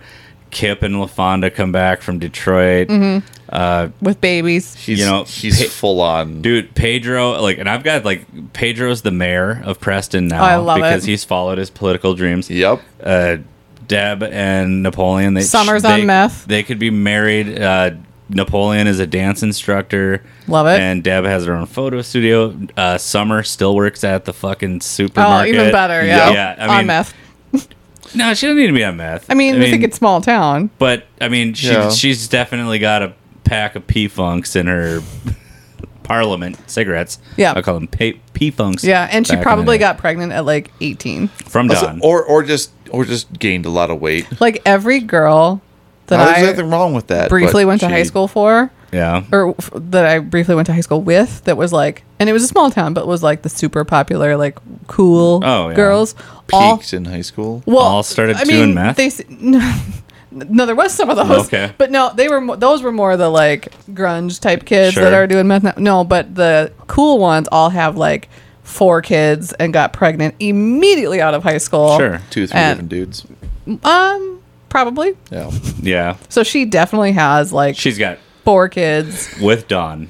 Kip and LaFonda come back from Detroit.
Mm-hmm. with babies.
she's,
you know,
she's
pa-
full on.
Dude, Pedro, like, and I've got like Pedro's the mayor of Preston now
Oh, I love
because
it.
he's followed his political dreams.
Yep.
Uh, Deb and Napoleon, they
Summer's
they-
on meth.
They could be married. Uh, Napoleon is a dance instructor.
Love it.
And Deb has her own photo studio. Uh, Summer still works at the fucking
Oh,
supermarket.
even better. Yeah.
Yeah, I
on
mean-
meth.
No, she doesn't need to be on meth.
I mean, I think it's small town.
But I mean, she's
Yeah.
she's definitely got a pack of P funks in her <laughs> Parliament cigarettes.
Yeah.
I call them P funks.
Yeah, and she probably got pregnant at like 18.
from
Also,
Don.
or or just or just gained a lot of weight.
Like every girl that
Not
I
nothing wrong with that.
briefly
but
went to
she-
high school for,
yeah,
or f- that I briefly went to high school with, that was like, and it was a small town, but was like the super popular, like cool
Oh, yeah.
girls. All
Peaked in high school.
well,
All started
I
doing
mean,
meth?
They, s- <laughs> no, no, there was some of those.
Okay.
but no, they were mo- those were more the like grunge type kids
Sure.
that are doing meth. Now. No, but the cool ones all have like four kids and got pregnant immediately out of high school.
Sure.
Two, three
And-
different dudes.
Um, probably.
Yeah.
yeah.
So she definitely has like
She's got
four kids,
with Don.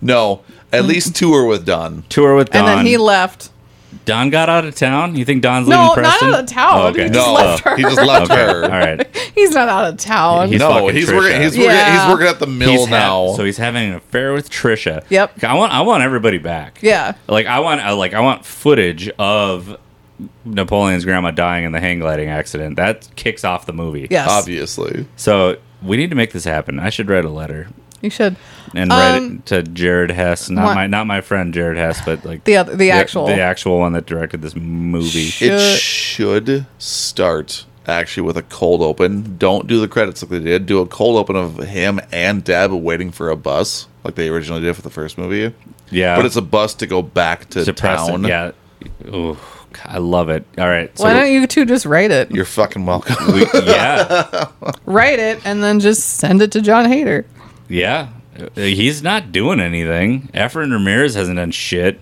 No, at least two are with Don.
Tour with Don.
and then he left.
Don got out of town. You think Don's
No,
leaving
not
Preston?
out of town.
Oh, okay.
He just
No,
left her.
he just left
Okay.
her.
<laughs>
All right.
He's not out of town.
He's
no,
fucking
he's
Trisha.
working. He's working.
Yeah.
He's working at the mill
He's ha-
now.
so he's having an affair with Trisha.
Yep.
I want. I want everybody back.
Yeah.
Like I want. I, like I want footage of Napoleon's grandma dying in the hang gliding accident. That kicks off the movie.
yes,
obviously.
So we need to make this happen. I should write a letter
you should.
and write
Um,
it to Jared Hess. Not
what-
my not my friend Jared Hess, but like
The other, the actual.
the actual one that directed this movie.
It
Should-
should start actually with a cold open. Don't do the credits like they did. Do a cold open of him and Deb waiting for a bus, like they originally did for the first movie.
Yeah,
But it's a bus to go back to
depressing.
town.
Yeah. Ooh, I love it. All right. So
Why don't you two just write it?
You're fucking welcome. <laughs>
we, yeah,
write it and then just send it to John Hader.
yeah. Uh, He's not doing anything. Efren Ramirez hasn't done shit.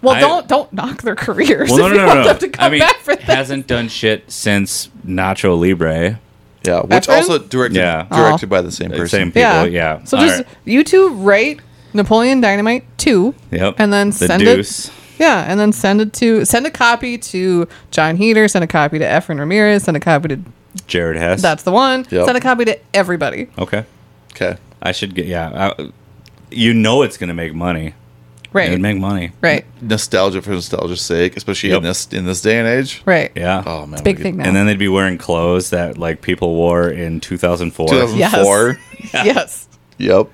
Well,
I-
don't don't knock their careers. <laughs>
Well, no,
if
no,
you
no,
want
no.
them to come
I mean,
back for that.
hasn't done shit since Nacho Libre.
yeah, which
Efren?
also directed
Yeah.
directed by the same person.
Same people.
yeah,
Yeah.
So
All
just
right.
you two write Napoleon Dynamite two.
Yep.
And then
The
send
Deuce.
it. Yeah, and then send it to send a copy to John Heater, send a copy to Efren Ramirez, send a copy to
Jared Hess.
that's the one.
Yep.
Send a copy to everybody.
okay.
Okay.
I should get yeah. I, you know it's gonna make money.
Right.
It'd make money.
right.
Nostalgia for nostalgia's sake, especially
Yep.
in this in this day and age.
Right.
Yeah.
Oh man,
Big
we
thing
could-
now.
And then they'd be wearing clothes that like people wore in
<laughs>
2004.
2004.
Yes.
Yep.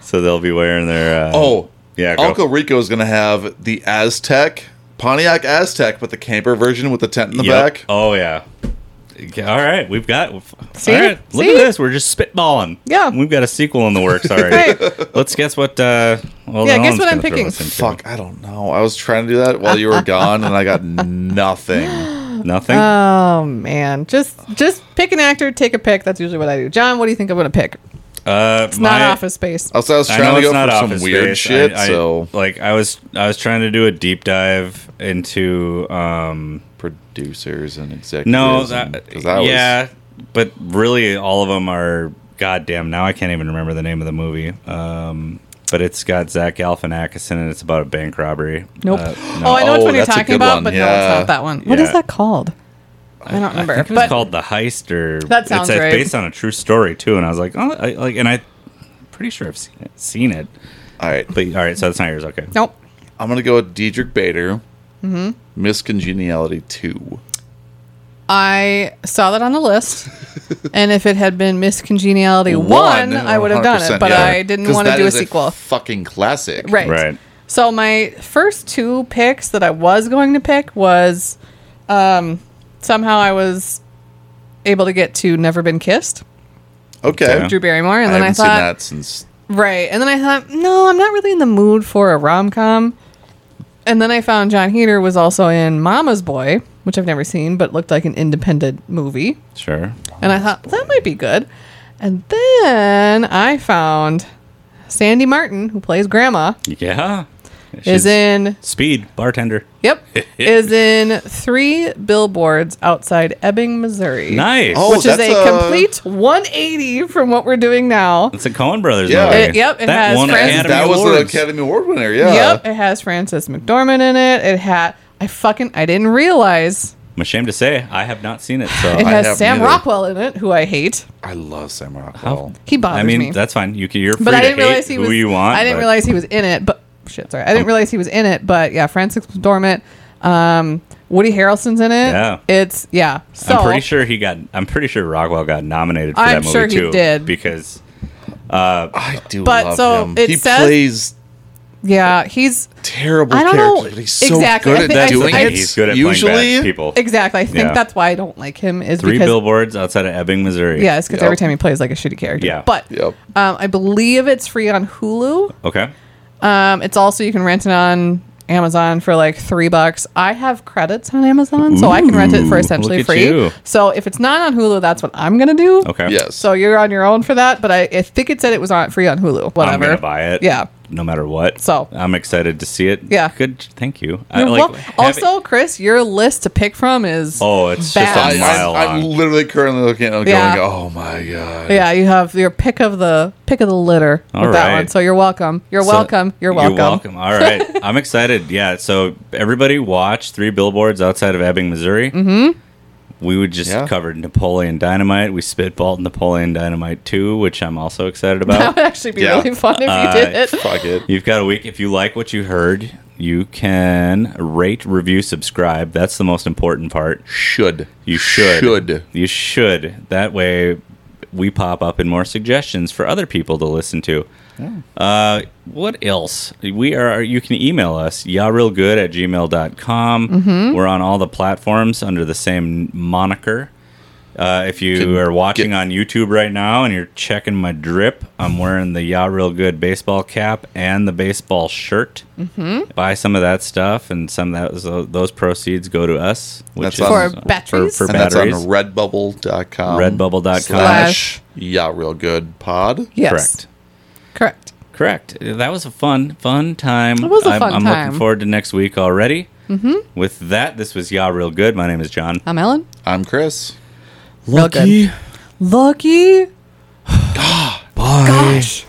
So they'll be wearing their uh,
Oh,
yeah, go.
Uncle Rico is going to have the Aztec Pontiac Aztec, but the camper version with the tent in the
Yep.
back.
Oh yeah. Okay, All right, we've got.
See?
All right, look
See?
at this. We're just spitballing.
Yeah.
we've got a sequel in
<laughs>
the works already. Let's guess what. Uh, well,
Yeah, guess
no one's
what I'm
gonna throw
picking.
us into.
Fuck, I don't know. I was trying to do that while you were gone, and
<laughs>
I got nothing.
Nothing.
Oh man. Just just pick an actor, take a pick. That's usually what I do. John, what do you think I'm gonna pick?
uh,
It's not office space.
Also, I was
I
trying
know
to
it's
go
not
for
office
some weird
space.
shit.
I- I-
so
like I was, I was trying to do a deep dive into. um
producers and executives.
No,
and-
that,
'cause I was-
yeah, but really, all of them are. Goddamn! Now I can't even remember the name of the movie. Um, but it's got Zach Galifianakis in it. It's about a bank robbery.
Nope.
Uh,
Oh, I know which
Oh,
one you're
that's a
talking
good
about,
one.
but no, it's
Yeah.
not that one. What is
Yeah.
that called? I don't remember.
I think it was
but
called the heist, or
That sounds
it's, uh,
right.
based on a true story too. And I was like, oh, I, like, and I pretty sure I've seen it. Seen it.
All right,
But all right, so that's not yours. Okay.
nope.
I'm gonna go with Diedrich Bader.
Mm-hmm.
Miss Congeniality Two.
I saw that on the
<laughs>
list, and if it had been Miss Congeniality one, I would have done it.
100%,
But
Oh, yeah.
I didn't
'Cause
want to
that
do a
is
sequel.
fucking classic.
Right.
Right.
So my first two picks that I was going to pick was um, somehow I was able to get to Never Been Kissed,
Okay.
Yeah.
Drew Barrymore, and
I
then
haven't
I,
seen
thought
that since
right, and then I thought no, I'm not really in the mood for a rom com. And then I found John Heater was also in Mama's Boy, which I've never seen, but looked like an independent movie.
Sure.
And I thought that might be good. And then I found Sandy Martin, who plays Grandma,
Yeah.
is in
Speed bartender.
<laughs>
yep is in three billboards outside Ebbing, Missouri.
Nice.
Oh,
Which is
that's
a
a-
complete 180 from what we're doing now.
It's a Coen Brothers
Yeah.
movie.
It-
yep, it
that
has
won
Francis-
Academy
that was
Awards.
an Academy Award winner. Yeah.
Yep, it has Frances McDormand in it. It had I fucking I didn't realize
I'm ashamed to say I have not seen it.
<laughs>
So
it
I
has
have
Sam
neither.
Rockwell in it, who I hate.
I love Sam Rockwell.
He bothers
I mean,
me.
that's fine. You can, you're free
but I
to
didn't
hate
realize he was.
who you want.
I didn't
but
realize he was in it. But shit, sorry, I didn't realize he was in it. But yeah, Francis McDormand, um, Woody Harrelson's in it.
Yeah.
it's yeah. So
I'm pretty sure he got. I'm pretty sure Rockwell got nominated for
I'm
that movie
sure he
too.
did.
because
I do
But
love
so
him.
it
he
says-
plays
yeah, he's
terrible
I don't know-
characters, but he's so
exactly. I
good
think-
at
I-
doing
I-
it.
he's good at playing bad people.
exactly. I think
Yeah.
that's why I don't like him. Is
Three
because
billboards outside of Ebbing, Missouri.
yeah, it's because
Yep.
every time he plays like a shitty character.
Yeah.
but
Yep.
um, I believe it's free on Hulu.
Okay.
Um, it's also you can rent it on Amazon for like three bucks. I have credits on Amazon, so I can rent it for
Ooh,
essentially
look at
free.
you.
So if it's not on Hulu, that's what I'm gonna do.
Okay.
Yes.
So you're on your own for that, but I, I think it said it was on free on Hulu. Whatever.
I'm gonna buy it.
Yeah.
No matter what.
So.
I'm excited to see it.
Yeah.
Good. Thank you. I,
You're
like,
wel-
have-
also, Chris, your list to pick from is
Oh, it's just
vast.
I,
a mile
I'm, I'm
long.
literally currently looking at it going,
Yeah.
oh my god.
yeah, you have your pick of the pick of the litter with
All
that
right.
one. So you're welcome. You're
So-
welcome. You're welcome. <laughs>
You're welcome. All right. I'm excited. Yeah. So everybody watch Three Billboards Outside of Ebbing, Missouri. Mm-hmm. We would just
Yeah.
covered Napoleon Dynamite. We spitballed Napoleon Dynamite 2, which I'm also excited
That <laughs>
about.
would actually be
Yeah.
really fun if
Uh,
you did it.
Fuck it.
You've got a week. If you like what you heard, you can rate, review, subscribe. That's the most important part.
Should.
You should.
Should.
You should. That way, we pop up in more suggestions for other people to listen to. Uh, what else? We are. You can email us yarealgood at gmail.com.
Mm-hmm.
We're on all the platforms under the same moniker. Uh, if you
Can
are watching
get-
on YouTube right now and you're checking my drip, I'm wearing the Ya Real Good baseball cap and the baseball shirt. Mm-hmm. Buy some of that stuff, and some of that, so those proceeds go to us, which
That's on-
For batteries?
for, for
And that's on
batteries.
redbubble.com.
Redbubble.com.
Slash Yeah Real Good Pod.
Yes.
Correct.
Correct.
Correct. That was a fun, fun time. It
was a
I'm,
fun
I'm
time.
looking forward to next week already. Mm-hmm. With that, this was Ya Real Good. My name is John.
I'm Ellen.
I'm Chris.
Lucky. Lucky.
Bye.
Gosh.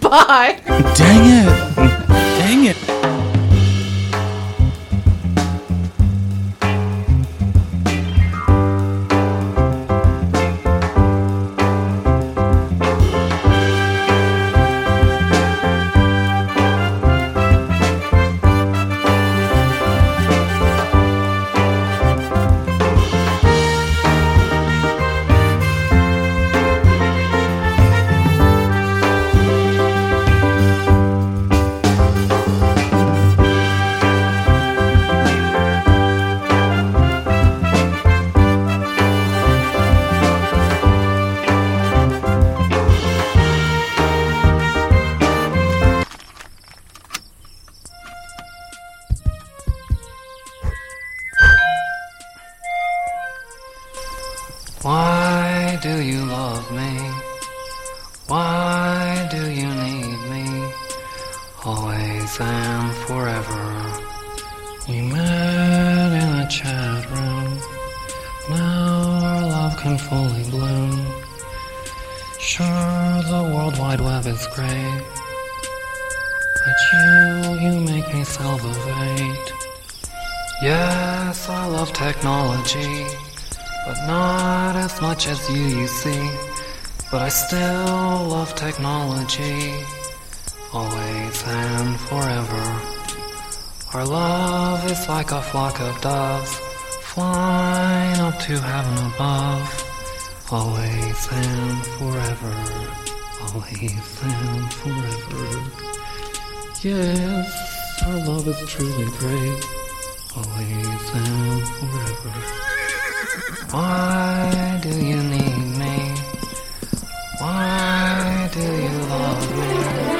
Bye.
Dang it.
Dang it.
Why do you love me? Why do you need me? Always and forever. We met in a chat room. Now our love can fully bloom. Sure, the World Wide Web is great. But you, you make me salivate. Yes, I love technology but not as much as you, you see. But I still love technology, always and forever. Our love is like a flock of doves, flying up to heaven above, always and forever, always and forever. Yes, our love is truly great, always and forever. Why do you need me? Why do you love me?